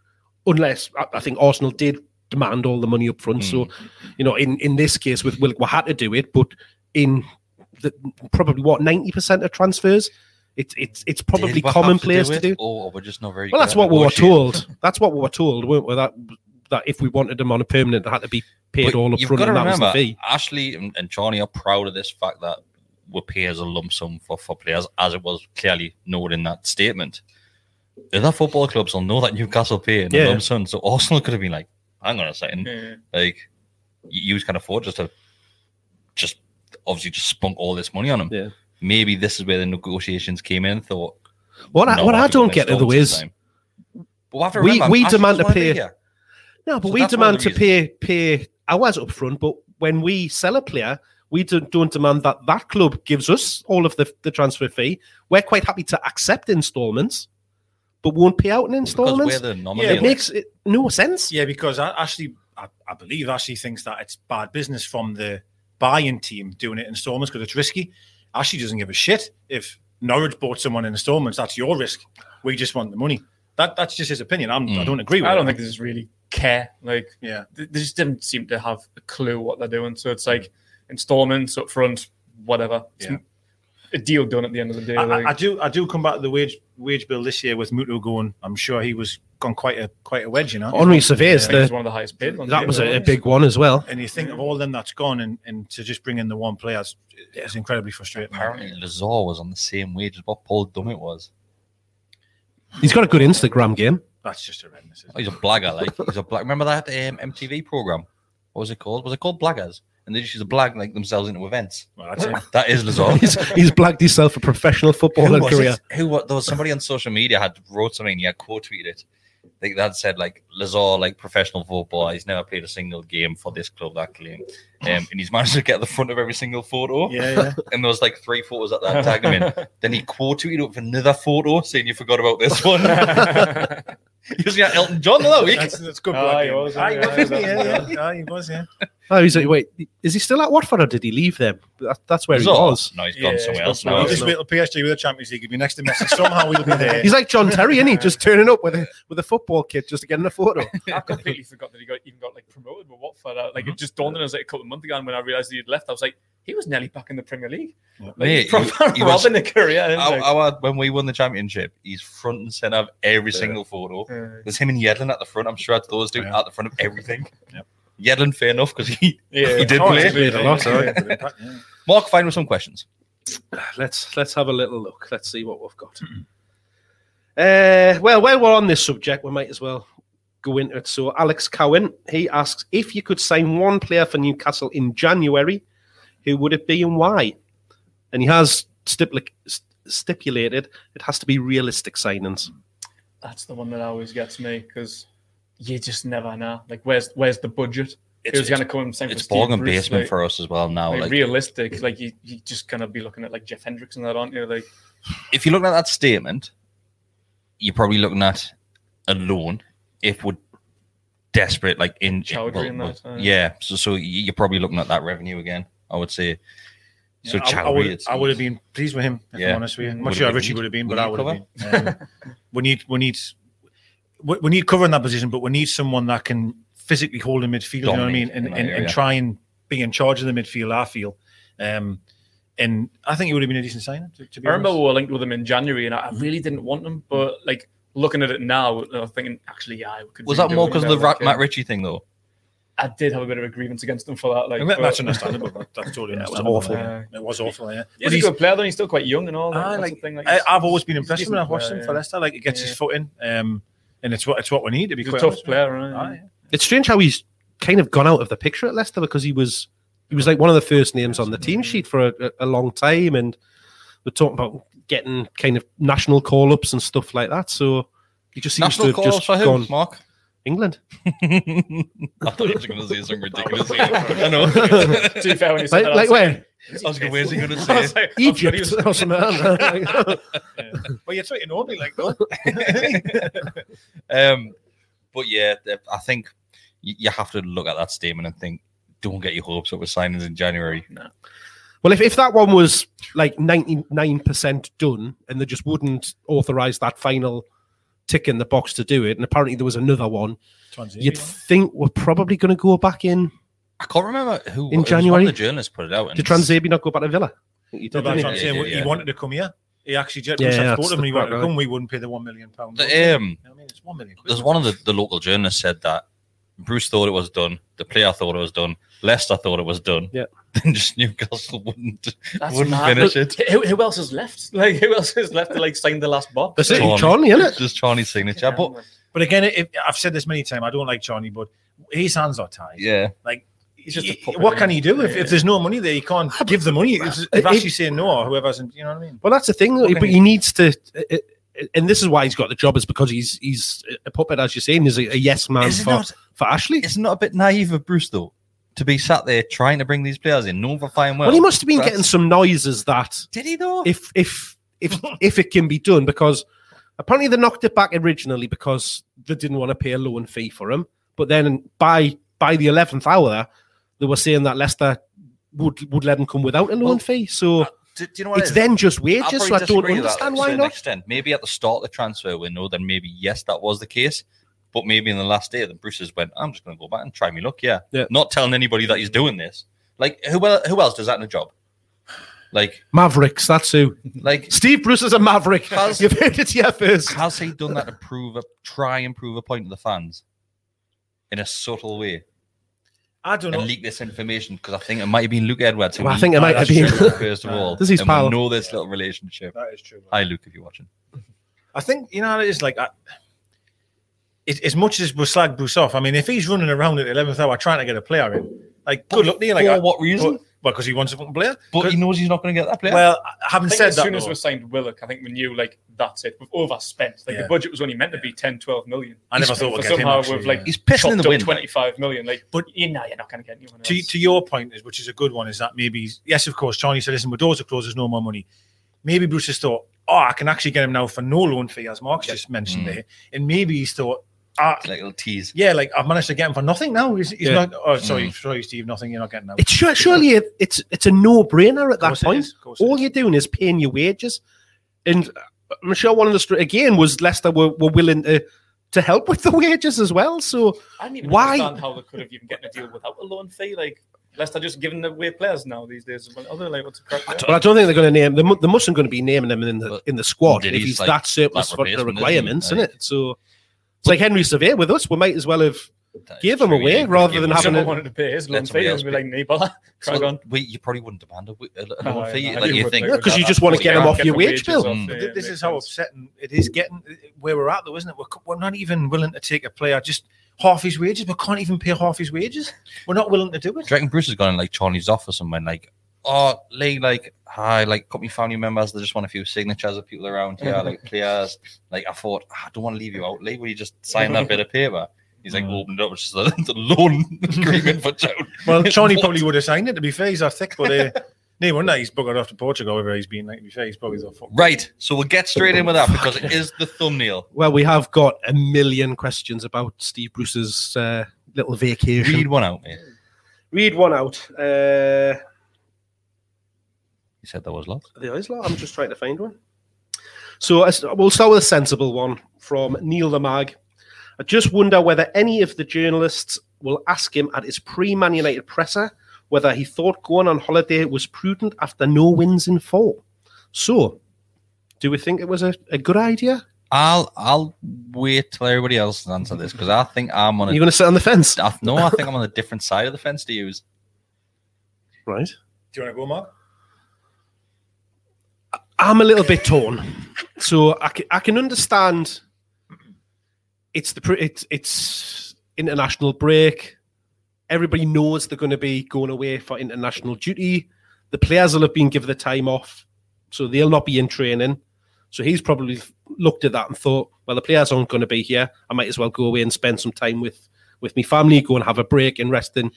Speaker 4: unless I, I think arsenal did demand all the money up front so you know in, in this case with wilk we had to do it but in the, probably what 90% of transfers it's it's it's
Speaker 3: Did
Speaker 4: probably
Speaker 3: we have
Speaker 4: commonplace
Speaker 3: do
Speaker 4: to
Speaker 3: it,
Speaker 4: do
Speaker 3: Or we're just not very
Speaker 4: well,
Speaker 3: good
Speaker 4: that's
Speaker 3: at
Speaker 4: what we were
Speaker 3: negotiating?
Speaker 4: told. That's what we were told, weren't we? That that if we wanted them on a permanent, it had to be paid
Speaker 3: But
Speaker 4: all up
Speaker 3: you've
Speaker 4: front,
Speaker 3: got to
Speaker 4: and that
Speaker 3: remember,
Speaker 4: was the fee.
Speaker 3: Ashley and, and Johnny are proud of this fact that we pay as a lump sum for, for players, as it was clearly noted in that statement. Other football clubs will know that Newcastle pay in
Speaker 4: Yeah.
Speaker 3: a lump sum, so Arsenal could have been like, "Hang on a second,
Speaker 6: Yeah.
Speaker 3: like you, you can afford just to just obviously just spunk all this money on them."
Speaker 4: Yeah.
Speaker 3: Maybe this is where the negotiations came in. and Thought
Speaker 4: What I,
Speaker 3: "No,
Speaker 4: what
Speaker 3: we'll
Speaker 4: I
Speaker 3: have to go
Speaker 4: don't get
Speaker 3: installments
Speaker 4: though
Speaker 3: this
Speaker 4: is
Speaker 3: time." But we have to
Speaker 4: we-
Speaker 3: remember,
Speaker 4: we
Speaker 3: Arsenal's
Speaker 4: demand to
Speaker 3: wanna be
Speaker 4: pay-
Speaker 3: here.
Speaker 4: no, but
Speaker 3: So
Speaker 4: we
Speaker 3: that's one
Speaker 4: demand
Speaker 3: of the
Speaker 4: to pay pay hours up front. But when we sell a player, we don't, don't demand that that club gives us all of the, the transfer fee. We're quite happy to accept instalments, but won't pay out in
Speaker 3: because
Speaker 4: instalments.
Speaker 3: we're the
Speaker 4: it
Speaker 3: nominators.
Speaker 4: makes it no sense.
Speaker 5: Yeah, because I actually, I, I believe Ashley thinks that it's bad business from the buying team doing it in installments because it's risky. Ashley doesn't give a shit if Norwich bought someone in installments. That's your risk. We just want the money. That that's just his opinion. I'm, I
Speaker 3: Mm.
Speaker 5: don't agree with.
Speaker 6: Hmm. I don't
Speaker 5: it.
Speaker 6: think they just really care. Like,
Speaker 5: Yeah,
Speaker 6: they they just didn't seem to have a clue what they're doing. So it's like installments up front, whatever. It's
Speaker 5: Yeah.
Speaker 6: a deal done at the end of the day.
Speaker 5: I,
Speaker 6: like,
Speaker 5: I, I do. I do come back to the wage wage bill this year with Muto going. I'm sure he was gone quite a quite a wedge, you know.
Speaker 4: Henri
Speaker 6: I
Speaker 4: Surveys,
Speaker 6: think he's
Speaker 4: the,
Speaker 6: one of the highest paid. ones.
Speaker 4: that was a, a
Speaker 6: Yeah.
Speaker 4: big one as well.
Speaker 5: And you think of all them that's gone, and, and to just bring in the one player is, is incredibly frustrating.
Speaker 3: Apparently, Lazar was on the same wage as what Paul Dummett was.
Speaker 4: He's got a good Instagram game.
Speaker 5: That's just horrendous. isn't
Speaker 3: Oh, he's a blagger, like he's a black. Remember that um, MTV program? What was it called? Was it called Blaggers? And they just used to blag like themselves into events.
Speaker 5: it? Well, that's it.
Speaker 3: That is Lazar.
Speaker 4: he's, he's blagged himself a professional footballer
Speaker 3: was
Speaker 4: career.
Speaker 3: it? Who was there was somebody on social media had wrote something, yeah, quote tweeted it. They that said like Lazar, like professional footballer, he's never played a single game for this club that claim. Um, and he's managed to get the front of every single photo.
Speaker 5: Yeah, yeah.
Speaker 3: And there was like three photos at that tagged him in. Then he quote tweeted up for another photo saying you forgot about this one. he was yeah, Elton John that week.
Speaker 5: That's, that's good.
Speaker 6: Ah, he
Speaker 5: blogging.
Speaker 6: was,
Speaker 5: Ah, he
Speaker 6: yeah,
Speaker 5: was,
Speaker 6: he was,
Speaker 5: yeah,
Speaker 6: yeah.
Speaker 5: yeah. Ah, he was, yeah.
Speaker 4: Oh, he's like, wait, is he still at Watford or did he leave them? That, that's where he
Speaker 3: Lazar?
Speaker 4: was.
Speaker 3: No, he's gone
Speaker 6: Yeah,
Speaker 3: somewhere
Speaker 6: he's
Speaker 3: else
Speaker 6: gone
Speaker 3: now.
Speaker 5: we just wait till PSG with the Champions League. It'll be next to Messi. Somehow we'll be there.
Speaker 4: He's like John Terry, isn't he? Just turning up with a with a football kit just to get in a photo.
Speaker 6: I completely forgot that he got even got like promoted with Watford. I- Like it just dawned on us like a couple of months ago, and when I realised he'd left, I was like, he was nearly back in the Premier League. Like,
Speaker 3: Mate,
Speaker 6: he's proper
Speaker 3: he- he was-
Speaker 6: robbing the career. isn't
Speaker 3: Our,
Speaker 6: he?
Speaker 3: our- when we won the championship, he's front and center of every single photo.
Speaker 6: Uh,
Speaker 3: There's him and Yedlin at the front. I'm sure that's those two
Speaker 5: Yeah.
Speaker 3: at the front of everything.
Speaker 5: Yep.
Speaker 3: Yedlin, fair enough, because he
Speaker 6: yeah,
Speaker 3: He did
Speaker 5: Oh,
Speaker 3: play.
Speaker 5: he's played a lot,
Speaker 6: Yeah.
Speaker 5: yeah. Yeah.
Speaker 3: Mark fine with some questions.
Speaker 4: let's let's have a little look. Let's see what we've got. Uh, well, while we're on this subject, we might as well go into it. So, Alex Cowan he asks if you could sign one player for Newcastle in January, who would it be and why? and he has stipula- st- stipulated it has to be realistic signings.
Speaker 6: That's the one that always gets me because you just never know. Like, where's where's the budget?
Speaker 3: It's-
Speaker 6: It's, Who's going to come and sign for
Speaker 3: It's
Speaker 6: Steve
Speaker 3: bog and
Speaker 6: Bruce?
Speaker 3: basement
Speaker 6: Like,
Speaker 3: for us as well now.
Speaker 6: like,
Speaker 3: Like,
Speaker 6: realistic. Like you, you just kind of be looking at like Jeff Hendricks and that, aren't you? Like
Speaker 3: if you're looking at that statement, you're probably looking at a loan if we're desperate, like in
Speaker 6: Chowdhury and that, uh,
Speaker 3: yeah. So, so you're probably looking at that revenue again. I would say. So
Speaker 5: Yeah, I, I
Speaker 3: Chowdhury,
Speaker 5: would,
Speaker 3: it's-
Speaker 5: I would have been pleased with him. If
Speaker 3: Yeah.
Speaker 5: I'm honest with you, I'm
Speaker 3: Would
Speaker 5: not sure
Speaker 3: have
Speaker 5: how
Speaker 3: been.
Speaker 5: rich he would have been,
Speaker 3: Would
Speaker 5: but I
Speaker 3: you
Speaker 5: would have been. Um, we need, we need, we, we need cover in that position, but we need someone that can physically hold in midfield. you know what I mean,
Speaker 3: Dominate
Speaker 5: and
Speaker 3: in that
Speaker 5: and, and
Speaker 3: area.
Speaker 5: try and be in charge of the midfield. I feel, um, and I think he would have been a decent signing. To, to be
Speaker 6: I remember we
Speaker 5: honest.
Speaker 6: were linked with him in January, and I I really didn't want him, but like looking at it now, I'm thinking actually, yeah, I could.
Speaker 3: Was
Speaker 6: really
Speaker 3: that
Speaker 6: do
Speaker 3: more
Speaker 6: with
Speaker 3: because of
Speaker 6: him.
Speaker 3: the Ra-
Speaker 6: Like, uh,
Speaker 3: Matt Ritchie thing though?
Speaker 6: I did have a bit of a grievance against him for that. Like,
Speaker 5: And that- that's
Speaker 6: but-
Speaker 5: understandable. that- That's totally
Speaker 4: Yeah, it was
Speaker 5: understandable.
Speaker 4: awful.
Speaker 5: yeah. It was awful. Yeah,
Speaker 6: He's,
Speaker 5: But
Speaker 6: a good player, though. He's still quite young and all. Like,
Speaker 5: I,
Speaker 6: that's the
Speaker 5: Ah, like,
Speaker 6: thing, like,
Speaker 5: I,
Speaker 6: he's-
Speaker 5: I've always been
Speaker 6: he's a
Speaker 5: impressed
Speaker 6: decent
Speaker 5: when I've watched
Speaker 6: player,
Speaker 5: him for
Speaker 6: yeah.
Speaker 5: Leicester. Like he gets
Speaker 6: Yeah.
Speaker 5: his foot in, um, and it's what it's what we need to be
Speaker 6: He's a
Speaker 5: quite
Speaker 6: tough
Speaker 5: honest with
Speaker 6: player,
Speaker 5: you.
Speaker 6: right?
Speaker 5: Aye, yeah.
Speaker 4: It's strange how he's kind of gone out of the picture at Leicester because he was he was like one of the first names on the team sheet for a, a long time, and we're talking about getting kind of national call ups and stuff like that. So he just seems
Speaker 3: National
Speaker 4: to
Speaker 3: call
Speaker 4: have just
Speaker 3: for who,
Speaker 4: gone
Speaker 3: Mark?
Speaker 4: England.
Speaker 3: I thought he was going to say something ridiculous. here. I know.
Speaker 6: To be fair, when he said
Speaker 4: Like,
Speaker 6: that, I
Speaker 4: like
Speaker 6: was
Speaker 4: where
Speaker 3: Oscar, where's he going to
Speaker 6: like-
Speaker 3: say?
Speaker 6: I was like- I was
Speaker 4: Egypt or something. like-
Speaker 5: Well, you're treating normally like that.
Speaker 3: um, but yeah, th- I think y- you have to look at that statement and think, don't get your hopes up with signings in January.
Speaker 4: Well, if, if that one was like 99% done and they just wouldn't authorize that final tick in the box to do it, and apparently there was another one, you'd think we're probably going to go back in.
Speaker 3: I can't remember who it was one
Speaker 4: In
Speaker 3: of
Speaker 4: January?
Speaker 3: the journalists put it out. and
Speaker 4: Did Transabi not go back to Villa? You
Speaker 5: No,
Speaker 4: did,
Speaker 5: that's
Speaker 4: didn't
Speaker 5: what I'm
Speaker 4: he?
Speaker 3: Yeah,
Speaker 5: saying.
Speaker 3: yeah, yeah.
Speaker 5: He wanted to come here. He actually jet
Speaker 4: Yeah,
Speaker 5: yeah, yeah,
Speaker 4: that's
Speaker 5: told him
Speaker 4: the
Speaker 5: he wanted
Speaker 4: part,
Speaker 5: to
Speaker 4: right.
Speaker 5: come. We wouldn't pay the one million pounds.
Speaker 3: The, um,
Speaker 5: I mean, it's one million. quid.
Speaker 3: There's one of the, the local journalists said that Bruce thought it was done, the player thought it was done, Leicester thought it was done.
Speaker 4: Yeah.
Speaker 3: Then just Newcastle wouldn't
Speaker 6: That's
Speaker 3: wouldn't
Speaker 6: mad.
Speaker 3: finish it.
Speaker 6: Who, who else is left? Like, who else is left to like sign the last box?
Speaker 4: That's it.
Speaker 3: Charney.
Speaker 4: Charney, innit?
Speaker 3: Just Charney's signature. but
Speaker 5: But again, if, I've said this many times. I don't like Johnny, but his hands are tied.
Speaker 3: yeah,
Speaker 5: He's
Speaker 6: just a
Speaker 5: He-
Speaker 6: puppet,
Speaker 5: what
Speaker 6: yeah.
Speaker 5: can he do if,
Speaker 6: Yeah.
Speaker 5: if there's no money there? He can't give the money. If, if
Speaker 4: It-
Speaker 5: Ashley saying no, or whoever hasn't, you know what I mean.
Speaker 4: Well, that's the thing, though,
Speaker 5: Okay.
Speaker 4: but he needs to. And this is why he's got the job, is because he's he's a puppet, as you're saying, he's a, a yes man
Speaker 3: Is it
Speaker 4: for,
Speaker 3: not-
Speaker 4: for Ashley.
Speaker 3: it's not a bit naive of Bruce though to be sat there trying to bring these players in, known for fine well.
Speaker 4: well, he must have been
Speaker 3: that's-
Speaker 4: getting some noises that
Speaker 3: Did he though?
Speaker 4: if if if if it can be done because apparently they knocked it back originally because they didn't want to pay a loan fee for him but then by by the 11th hour they were saying that Leicester would would let him come without a loan
Speaker 3: Well,
Speaker 4: fee so
Speaker 3: do, do you know what it
Speaker 4: it's
Speaker 3: is?
Speaker 4: then just wages
Speaker 3: probably
Speaker 4: so I don't
Speaker 3: disagree with that
Speaker 4: understand
Speaker 3: to a
Speaker 4: why
Speaker 3: certain
Speaker 4: not
Speaker 3: Extent. Maybe at the start of the transfer window, then maybe yes, that was the case. But maybe in the last day, then Bruce has went, I'm just going to go back and try me luck. Yeah.
Speaker 4: Yeah.
Speaker 3: Not telling anybody that he's doing this. Like who el- who else does that in a job? Like
Speaker 4: Mavericks that's who
Speaker 3: like
Speaker 4: Steve Bruce is a maverick
Speaker 3: Has-
Speaker 4: you've heard it here first
Speaker 3: has he done that to prove a try and prove a point to the fans in a subtle way
Speaker 5: I don't know.
Speaker 3: and leak this information? Because I think it might have been Luke Edwards. who
Speaker 4: Well, I
Speaker 3: we
Speaker 4: think it might have
Speaker 3: actually
Speaker 4: been.
Speaker 3: said that first of all.
Speaker 4: This is
Speaker 3: and we
Speaker 4: pal.
Speaker 3: know this little relationship.
Speaker 5: That is true.
Speaker 3: Hi Luke, if you're watching.
Speaker 5: I think you know it's like I, it, as much as we slag Bruce off. I mean, if he's running around at the eleventh hour trying to get a player in, like good luck to you. Like
Speaker 3: For
Speaker 5: I-
Speaker 3: what reason?
Speaker 5: Well, because he wants a fucking player.
Speaker 3: But he knows he's not going to get that player.
Speaker 5: Well, I- having
Speaker 6: I think
Speaker 5: said
Speaker 6: as
Speaker 5: that,
Speaker 6: soon as
Speaker 5: though,
Speaker 6: we signed Willock, I think we knew like that's it. We've overspent. Like
Speaker 5: Yeah.
Speaker 6: the budget was only meant to be 10, 12 million.
Speaker 5: I never
Speaker 6: But
Speaker 5: thought we'd get him.
Speaker 6: somehow
Speaker 5: actually,
Speaker 6: we've like
Speaker 5: yeah.
Speaker 3: he's pissing in
Speaker 6: chopped
Speaker 3: the
Speaker 6: up
Speaker 3: wind.
Speaker 6: twenty five million. Like,
Speaker 5: But-
Speaker 6: but you know, you're not going to get anyone else.
Speaker 5: to, to your point, is which is a good one, is that maybe he's- yes, of course, Johnny said, listen, my doors are closed, there's no more money. Maybe Bruce has thought, oh, I can actually get him now for no loan fee, as Mark's just mentioned there, and maybe he's thought, ah,
Speaker 3: like a little tease.
Speaker 5: yeah, like I've managed to get him for nothing now. He's, he's
Speaker 4: Yeah.
Speaker 5: not. Oh, sorry, sorry, Steve, nothing. You're not getting that.
Speaker 4: it's su- surely it, it's it's a no brainer at that
Speaker 5: Course it
Speaker 4: point
Speaker 5: is, course it
Speaker 4: all
Speaker 5: is.
Speaker 4: you're doing is paying your wages. And I'm sure one of the str- again was Leicester were, were willing to to help with the wages as well. So
Speaker 6: I don't even
Speaker 4: Why-
Speaker 6: understand how they could have even gotten a deal without a loan fee. Like, Leicester just giving away players now these days. Well, Other like what's the crack? there?
Speaker 4: but I don't think they're going to name them. They mustn't going to be naming them in the
Speaker 3: Well,
Speaker 4: in the squad
Speaker 3: indeed,
Speaker 4: if
Speaker 3: he's
Speaker 4: he's
Speaker 3: like
Speaker 4: that surplus
Speaker 3: that
Speaker 4: for the
Speaker 3: replacement, isn't he?
Speaker 4: requirements, isn't
Speaker 3: Like-
Speaker 4: it? So it's like Henry Sevier with us. We might as well have.
Speaker 3: That is
Speaker 4: Give him
Speaker 3: true,
Speaker 4: away
Speaker 3: yeah,
Speaker 4: rather
Speaker 3: give
Speaker 4: than
Speaker 3: him
Speaker 4: having
Speaker 3: away.
Speaker 6: Someone
Speaker 4: a-
Speaker 6: wanted to pay his loan
Speaker 3: Let somebody
Speaker 6: fee
Speaker 3: else
Speaker 6: and be like, "Nee, bother, crack
Speaker 3: Well,
Speaker 6: on."
Speaker 3: we- you probably wouldn't demand uh, a, w- a, a
Speaker 6: No,
Speaker 3: loan
Speaker 6: I-
Speaker 3: fee.
Speaker 6: I
Speaker 3: like
Speaker 6: think
Speaker 3: you
Speaker 6: would,
Speaker 3: think
Speaker 6: like,
Speaker 4: Yeah, 'cause you
Speaker 6: that-
Speaker 4: just wanna
Speaker 6: that's
Speaker 4: get
Speaker 6: what
Speaker 4: him
Speaker 6: you
Speaker 4: off
Speaker 6: can
Speaker 4: your
Speaker 6: get the
Speaker 4: wage
Speaker 6: wages
Speaker 4: bill.
Speaker 6: off,
Speaker 3: Mm.
Speaker 6: yeah,
Speaker 5: But thi- this
Speaker 6: makes
Speaker 5: is how
Speaker 6: sense.
Speaker 5: upsetting it is getting. Where we're at, though, isn't it? We're, c- we're not even willing to take a player just half his wages. We can't even pay half his wages. We're not willing to do it.
Speaker 3: Do you reckon Bruce has gone in like Charlie's office and went like, oh, Lee, like, hi, like, company family members, they just want a few signatures of people around here, like players. Like, I thought, "Ah, I don't want to leave you out, Lee. Will you just sign that bit of paper? He's
Speaker 6: Mm.
Speaker 3: like, opened it up, it's just a, the loan agreement for Joe.
Speaker 5: Well, Johnny probably would have signed it. To be fair, he's that thick, but uh, no wonder he's buggered off to Portugal. Wherever he's been, like to be fair, he's probably thought, fuck.
Speaker 3: Right, so we'll get straight in with that because it is the thumbnail.
Speaker 4: Well, we have got a million questions about Steve Bruce's uh, little vacation.
Speaker 3: Read one out, mate.
Speaker 4: read one out. Uh,
Speaker 3: You said there was lots.
Speaker 4: there is lot. I'm just trying to find one. So I s- we'll start with a sensible one from Neil Lamag. I just wonder whether any of the journalists will ask him at his pre-Man United presser whether he thought going on holiday was prudent after no wins in four. So, do we think it was a, a good idea?
Speaker 3: I'll I'll wait till everybody else answer this because I think I'm on
Speaker 4: Are
Speaker 3: a
Speaker 4: you going to sit on the fence?
Speaker 3: I, no, I think I'm on a different side of the fence to use.
Speaker 4: Right.
Speaker 5: "Do you want to go, Mark?"
Speaker 4: I'm a little bit torn. So I can, I can understand it's the pr- it's it's international break. Everybody knows they're going to be going away for international duty. The players will have been given the time off, so they'll not be in training. So he's probably looked at that and thought, well, the players aren't going to be here. I might as well go away and spend some time with with my family, go and have a break and rest. And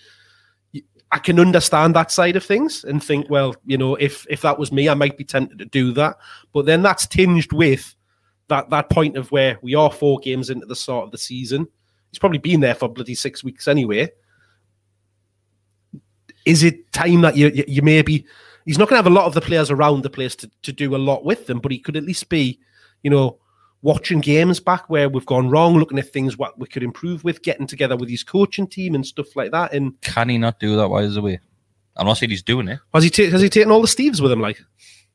Speaker 4: I can understand that side of things and think, well, you know, if if that was me, I might be tempted to do that. But then that's tinged with that that point of where we are four games into the start of the season. He's probably been there for bloody six weeks anyway. Is it time that you you, you maybe he's not going to have a lot of the players around the place to, to do a lot with them, but he could at least be, you know, watching games back where we've gone wrong, looking at things what we could improve with, getting together with his coaching team and stuff like that, and.
Speaker 3: Can he not do that while he's away? I'm not saying he's doing it.
Speaker 4: Has he ta- has he taken all the Steves with him? Like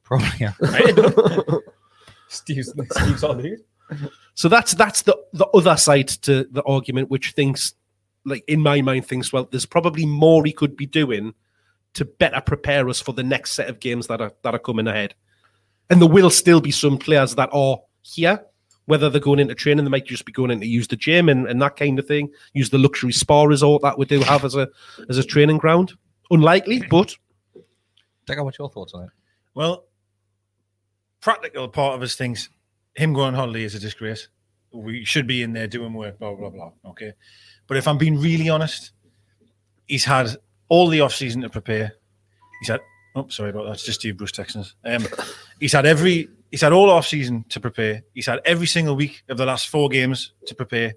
Speaker 3: Probably. Yeah.
Speaker 6: Steve's, Steve's on here.
Speaker 4: so that's that's the the other side to the argument, which thinks like in my mind thinks well, there's probably more he could be doing to better prepare us for the next set of games that are that are coming ahead. And there will still be some players that are here, whether they're going into training, they might just be going in to use the gym and, and that kind of thing, use the luxury spa resort that we do have as a as a training ground. Unlikely, but
Speaker 3: Decker, what's your thoughts on it?
Speaker 5: Well, practical part of us thinks him going on holiday is a disgrace. We should be in there doing work, blah blah blah. Okay, but if I'm being really honest, he's had all the off season to prepare. He's had. Oh, sorry about that. It's just Steve Bruce Texans. Um, he's had every. He's had all off season to prepare. He's had every single week of the last four games to prepare.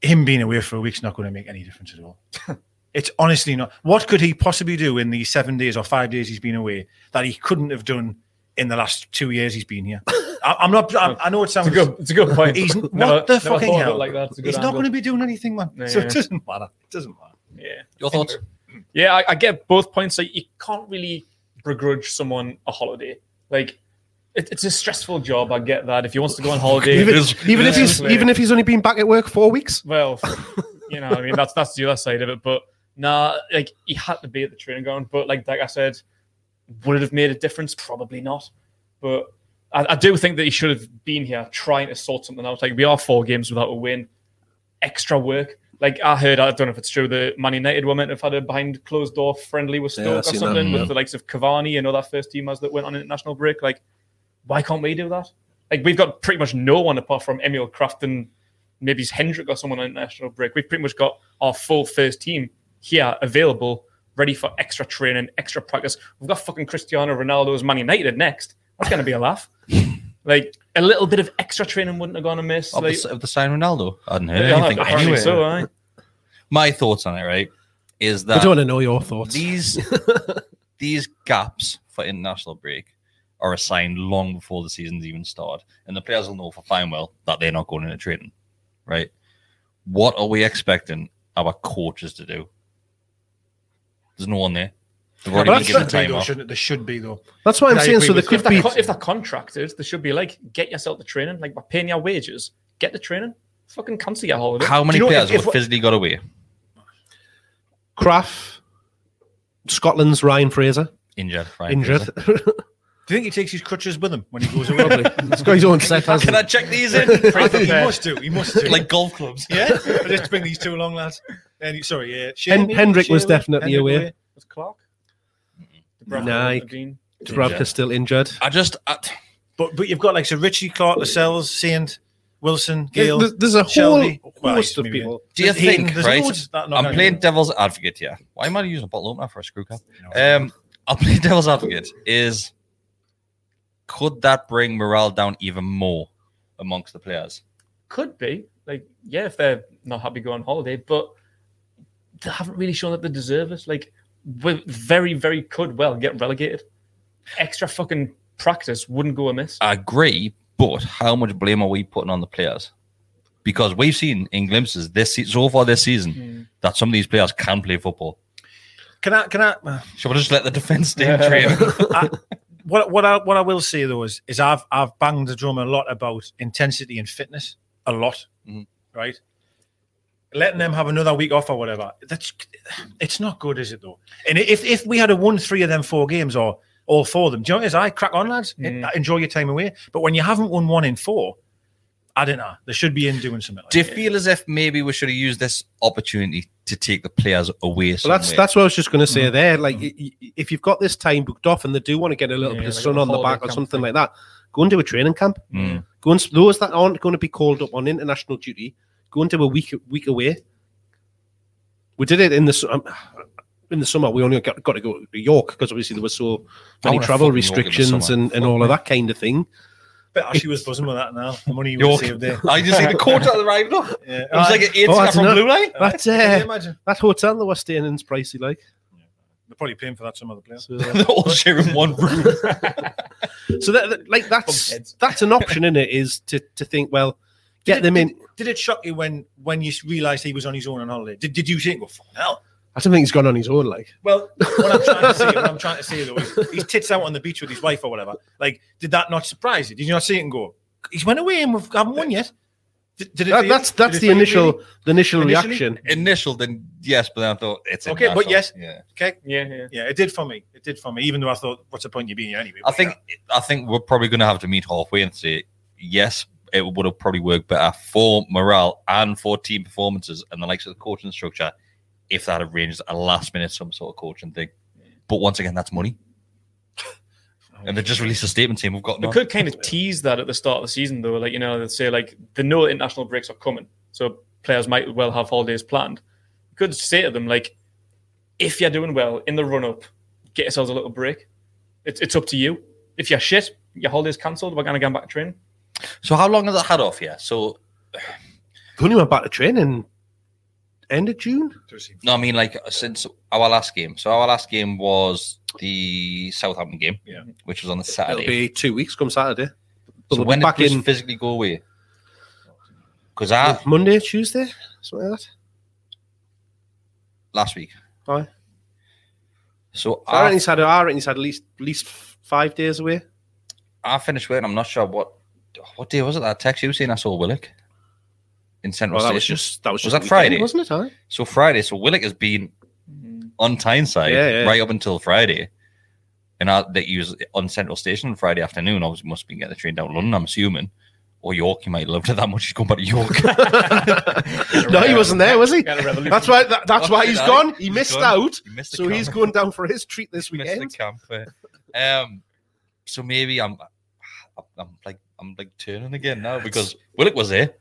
Speaker 5: Him being away for a week's not going to make any difference at all. It's honestly not. What could he possibly do in the seven days or five days he's been away that he couldn't have done in the last two years he's been here? I, I'm not. I, I know it
Speaker 6: It's
Speaker 5: sounds.
Speaker 6: a good, it's a good point.
Speaker 5: He's what
Speaker 6: Never-
Speaker 5: the
Speaker 6: never
Speaker 5: fucking
Speaker 6: thought of it
Speaker 5: hell?
Speaker 6: Like that. It's a good
Speaker 5: he's not going to
Speaker 6: angle.
Speaker 5: be doing anything, man.
Speaker 6: Yeah,
Speaker 5: so
Speaker 6: yeah.
Speaker 5: it doesn't matter. It doesn't matter.
Speaker 6: Yeah.
Speaker 3: Your thoughts?
Speaker 6: Yeah, I, I get both points. Like you can't really begrudge someone a holiday. Like it, it's a stressful job. I get that. If he wants to go on holiday,
Speaker 4: even,
Speaker 3: is-
Speaker 4: even
Speaker 6: it
Speaker 4: if he's
Speaker 6: is.
Speaker 4: even if he's only been back at work four weeks,
Speaker 6: well, you know, I mean, that's that's the other side of it. But nah, like he had to be at the training ground. But like like I said, would it have made a difference? Probably not. But I, I do think that he should have been here trying to sort something out. Like we are four games without a win, extra work. Like I heard, I don't know if it's true, the Man United were meant to have had a behind closed door friendly with Stoke
Speaker 4: Yeah, I've
Speaker 6: or
Speaker 4: seen that,
Speaker 6: something
Speaker 4: yeah.
Speaker 6: with the likes of Cavani and other first teamers that went on international break. Like, why can't we do that? Like we've got pretty much no one apart from Emil Crafton maybe it's Hendrick or someone on international break. We've pretty much got our full first team here available, ready for extra training, extra practice. We've got fucking Cristiano Ronaldo's Man United next. That's going to be a laugh. like a little bit of extra training wouldn't have gone amiss.
Speaker 3: Of
Speaker 6: Like,
Speaker 3: the, of the sign Ronaldo? I didn't hear
Speaker 6: yeah,
Speaker 3: anything.
Speaker 6: apparently
Speaker 3: Anyway,
Speaker 6: so, aye.
Speaker 3: my thoughts on it, right, is
Speaker 4: I
Speaker 3: that
Speaker 4: don't want to know your thoughts.
Speaker 3: these these gaps for international break are assigned long before the season's even started, and the players will know for fine well that they're not going into training, right? What are we expecting our coaches to do? There's no one there. They've already
Speaker 4: but
Speaker 3: been
Speaker 4: that's
Speaker 5: There
Speaker 3: given
Speaker 5: should, be,
Speaker 3: time
Speaker 5: though,
Speaker 3: off.
Speaker 5: shouldn't, there should be though.
Speaker 4: That's why I'm
Speaker 5: Yeah, I
Speaker 4: saying.
Speaker 5: agree
Speaker 4: So there
Speaker 5: with
Speaker 4: could
Speaker 6: If they're,
Speaker 4: be.
Speaker 6: co- if they're contracted, they should be like, get yourself the training. Like, by paying your wages, get the training. Fucking cancel your holiday.
Speaker 3: How many
Speaker 5: you know
Speaker 3: players
Speaker 5: if- if-
Speaker 3: have physically got away?
Speaker 4: Craft, Scotland's Ryan Fraser
Speaker 3: Injured, Ryan
Speaker 4: injured.
Speaker 3: Fraser.
Speaker 5: Do you think he takes his crutches with him when he goes away?
Speaker 4: He's got his own set,
Speaker 3: Can
Speaker 4: hasn't
Speaker 3: I
Speaker 4: he?
Speaker 3: check these in?
Speaker 5: I think he must do. He must do.
Speaker 3: like golf clubs.
Speaker 5: yeah, I just bring these two along, lads. And sorry, yeah.
Speaker 4: Hen- Hendrick was definitely away.
Speaker 6: Was Clark? Dubravka
Speaker 4: Nah, he-
Speaker 6: Green.
Speaker 4: Dubravka's still injured.
Speaker 3: I just, I,
Speaker 5: But but you've got like so Richie Clark, Lascelles, Saint, Wilson, Gale.
Speaker 4: There's- there's a whole
Speaker 5: Shelby.
Speaker 4: host of
Speaker 5: maybe-
Speaker 4: people.
Speaker 3: do you
Speaker 5: There's Hayden,
Speaker 3: think,
Speaker 5: there's
Speaker 3: right?
Speaker 5: loads that knock
Speaker 3: I'm
Speaker 5: out.
Speaker 3: playing devil's advocate here. Why am I using a bottle opener for a screw cap?
Speaker 5: No.
Speaker 3: Um, I'll play devil's advocate. Is could that bring morale down even more amongst the players?
Speaker 6: Could be. Like, yeah, if they're not happy going on holiday, but they haven't really shown that they deserve it. Like, we very, very could well get relegated. Extra fucking practice wouldn't go amiss.
Speaker 3: I agree, but how much blame are we putting on the players? Because we've seen in glimpses this se- so far this season that some of these players can play football.
Speaker 5: Can I can I
Speaker 3: Shall we just let the defense team train?
Speaker 5: what what I what I will say though is is I've I've banged the drum a lot about intensity and fitness a lot,
Speaker 3: Mhm.
Speaker 5: right? Letting them have another week off or whatever that's it's not good, is it though? And if if we had a won three of them four games or all four of them, do you know what it is? I crack on, lads. Enjoy your time away. But when you haven't won one in four, I don't know. They should be in doing something. Like
Speaker 3: Do you
Speaker 5: that.
Speaker 3: feel as if maybe we should have used this opportunity to take the players away?
Speaker 4: Well, that's
Speaker 3: somewhere?
Speaker 4: that's what I was just going to
Speaker 3: Mm-hmm.
Speaker 4: say there. Like, y- y- if you've got this time booked off and they do want to get a little
Speaker 6: Yeah,
Speaker 4: bit of
Speaker 6: like a
Speaker 4: sun on the
Speaker 6: holiday
Speaker 4: back or
Speaker 6: camp
Speaker 4: something like
Speaker 6: thing.
Speaker 4: that, go and do a training camp.
Speaker 3: Mm.
Speaker 4: Go and s- those that aren't going to be called up on international duty, go and do a week week away. We did it in the su- um, in the summer. We only got, got to go to York because obviously there were so
Speaker 3: I
Speaker 4: many
Speaker 3: wanna fucking
Speaker 4: travel
Speaker 3: York in the
Speaker 4: restrictions
Speaker 3: summer.
Speaker 4: and, and all of that kind of thing.
Speaker 5: But Ashley was buzzing with that now. The money you
Speaker 3: York.
Speaker 5: would save there.
Speaker 3: I just see the quarter arrived up.
Speaker 5: Yeah.
Speaker 3: It was like an eight
Speaker 4: Oh, I
Speaker 3: from
Speaker 4: dunno.
Speaker 3: Blue Line.
Speaker 4: That
Speaker 5: Can you
Speaker 4: uh,
Speaker 5: imagine?
Speaker 4: that hotel that we're staying in is pricey, like.
Speaker 5: They're probably paying for that some other place.
Speaker 4: So,
Speaker 3: They're all sharing one room.
Speaker 4: so that, that- like that's
Speaker 6: Bumpheads.
Speaker 4: that's an option in it is to to think well, get
Speaker 5: Did it-
Speaker 4: them in.
Speaker 5: Did, did it shock you when when you realised he was on his own on holiday? Did, did you think, well, fucking hell?
Speaker 4: I don't think he's gone on his own. Like
Speaker 5: Well, what I'm trying to say, what I'm trying to say though, is he's tits out on the beach with his wife or whatever. Like, did that not surprise you? Did you not see it and go, he's went away and we haven't won yet? Did, did it
Speaker 4: that,
Speaker 5: feel-
Speaker 4: that's
Speaker 5: did
Speaker 4: that's
Speaker 5: it
Speaker 4: the
Speaker 5: feel
Speaker 4: initial
Speaker 5: really-
Speaker 4: the initial
Speaker 5: Initially?
Speaker 4: reaction.
Speaker 3: Initial, then yes, but then I thought it's
Speaker 5: Okay, but
Speaker 3: international.
Speaker 5: yes.
Speaker 3: Yeah.
Speaker 5: Okay.
Speaker 6: Yeah, yeah.
Speaker 5: Yeah, it did for me. It did for me. Even though I thought, what's the point of you being here anyway?
Speaker 3: I
Speaker 5: But
Speaker 3: think I think we're probably going to have to meet halfway and say yes. It would have probably worked better for morale and for team performances and the likes of the coaching structure if that arranged a last minute some sort of coaching thing. But once again, that's money. And they just released a statement saying we've got
Speaker 6: They
Speaker 3: no.
Speaker 6: could kind of tease that at the start of the season, though. Like, you know, they'd say, like, they know international breaks are coming. So players might well have holidays planned. You could say to them, like, if you're doing well in the run up, get yourselves a little break. It's, it's up to you. If you're shit, your holiday's cancelled. We're going to go back to training.
Speaker 3: So how long has that had off? Yeah. So
Speaker 4: They only went back to training end of June.
Speaker 5: yeah. Just-
Speaker 3: no, I mean like uh, since our last game. So our last game was the Southampton game,
Speaker 5: Yeah.
Speaker 3: which was on the
Speaker 4: It'll
Speaker 3: Saturday.
Speaker 4: be two weeks come Saturday.
Speaker 3: so
Speaker 4: But they'll
Speaker 3: when
Speaker 4: be
Speaker 3: did
Speaker 4: back
Speaker 3: Bruce
Speaker 4: in
Speaker 3: physically go away? Because I
Speaker 4: Monday, Tuesday, something like that.
Speaker 3: last week.
Speaker 4: Aye.
Speaker 3: So
Speaker 4: So I reckon
Speaker 3: I,
Speaker 4: he's had I reckon he's had at least at least five days away.
Speaker 3: I finished working. I'm not sure what what day was it that I text you saying I saw Willick in Central
Speaker 4: Well, that was
Speaker 3: Station.
Speaker 4: just that was
Speaker 3: Was
Speaker 4: just
Speaker 3: that
Speaker 4: the weekend,
Speaker 3: Friday?
Speaker 4: wasn't it? Aye?
Speaker 3: So Friday. So Willick has been on Tyneside
Speaker 4: Mm. Yeah, yeah.
Speaker 3: right up until Friday, and I, that he was on Central Station on Friday afternoon. Obviously, must have been getting the train down to London. I'm assuming. Or York, he might love it that much. He's going back to York.
Speaker 4: no, he wasn't there, was he?
Speaker 6: Got a revolution.
Speaker 4: That's why. That, that's why he's
Speaker 3: Aye.
Speaker 4: gone. He
Speaker 3: He's
Speaker 4: missed
Speaker 3: gone.
Speaker 4: out,
Speaker 3: He missed the
Speaker 4: so he's
Speaker 3: camp.
Speaker 4: going down for his treat this
Speaker 3: Missed the
Speaker 4: weekend.
Speaker 3: camp. eh? Um, so maybe I'm, I'm like, I'm like turning again now because Willick was eh, there.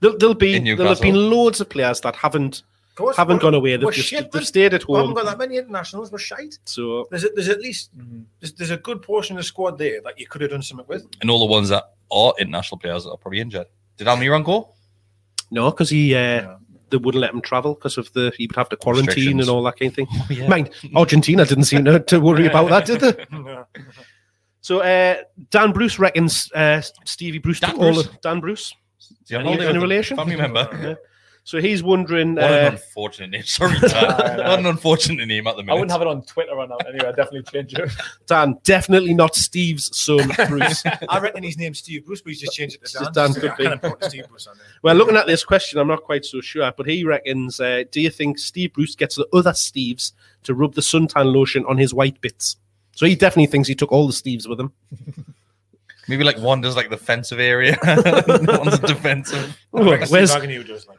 Speaker 4: There'll, there'll be
Speaker 3: In
Speaker 4: there'll have been loads of players that haven't
Speaker 5: Of course,
Speaker 4: haven't
Speaker 5: but-
Speaker 4: gone away. They've
Speaker 5: we're
Speaker 4: just
Speaker 5: shit, man.
Speaker 4: they've stayed at
Speaker 5: We haven't
Speaker 4: home.
Speaker 5: got that many internationals. We're shite.
Speaker 4: So
Speaker 5: There's, there's at least
Speaker 6: Mm-hmm.
Speaker 5: there's, there's a good portion of the squad there that you could have done something with.
Speaker 3: and all the ones that are international players that are probably injured. Did Almiron go?
Speaker 4: no, because he uh,
Speaker 5: Yeah.
Speaker 4: they wouldn't let him travel because of the he would have to quarantine
Speaker 3: Restrictions.
Speaker 4: and all that kind of thing. Mind Argentina didn't seem to, to worry about that, did they? So uh, Dan Bruce reckons uh, Stevie Bruce
Speaker 3: Dan
Speaker 4: took all
Speaker 3: Bruce?
Speaker 4: of- Dan Bruce.
Speaker 3: Did
Speaker 4: Any- any relation?
Speaker 3: Family member.
Speaker 4: Yeah. So he's wondering.
Speaker 3: What an
Speaker 4: Uh,
Speaker 3: unfortunate name. Sorry, Dan. what an unfortunate name at the
Speaker 6: I wouldn't
Speaker 3: minute.
Speaker 6: have it on Twitter right now. Anyway, I definitely change it.
Speaker 4: Dan definitely not Steve's son Bruce.
Speaker 5: I reckon his name's Steve Bruce, but he's just changed it to Dan.
Speaker 4: Just Dan
Speaker 5: So
Speaker 4: could
Speaker 5: I
Speaker 4: be.
Speaker 5: kinda put Steve Bruce on there.
Speaker 4: well, looking at this question, I'm not quite so sure, but he reckons. Uh, do you think Steve Bruce gets the other Steves to rub the suntan lotion on his white bits? So he definitely thinks he took all the Steves with him.
Speaker 3: Maybe like one does like the defensive area. One's defensive.
Speaker 5: I reckon Steve
Speaker 4: Where's
Speaker 5: Agnew does, like,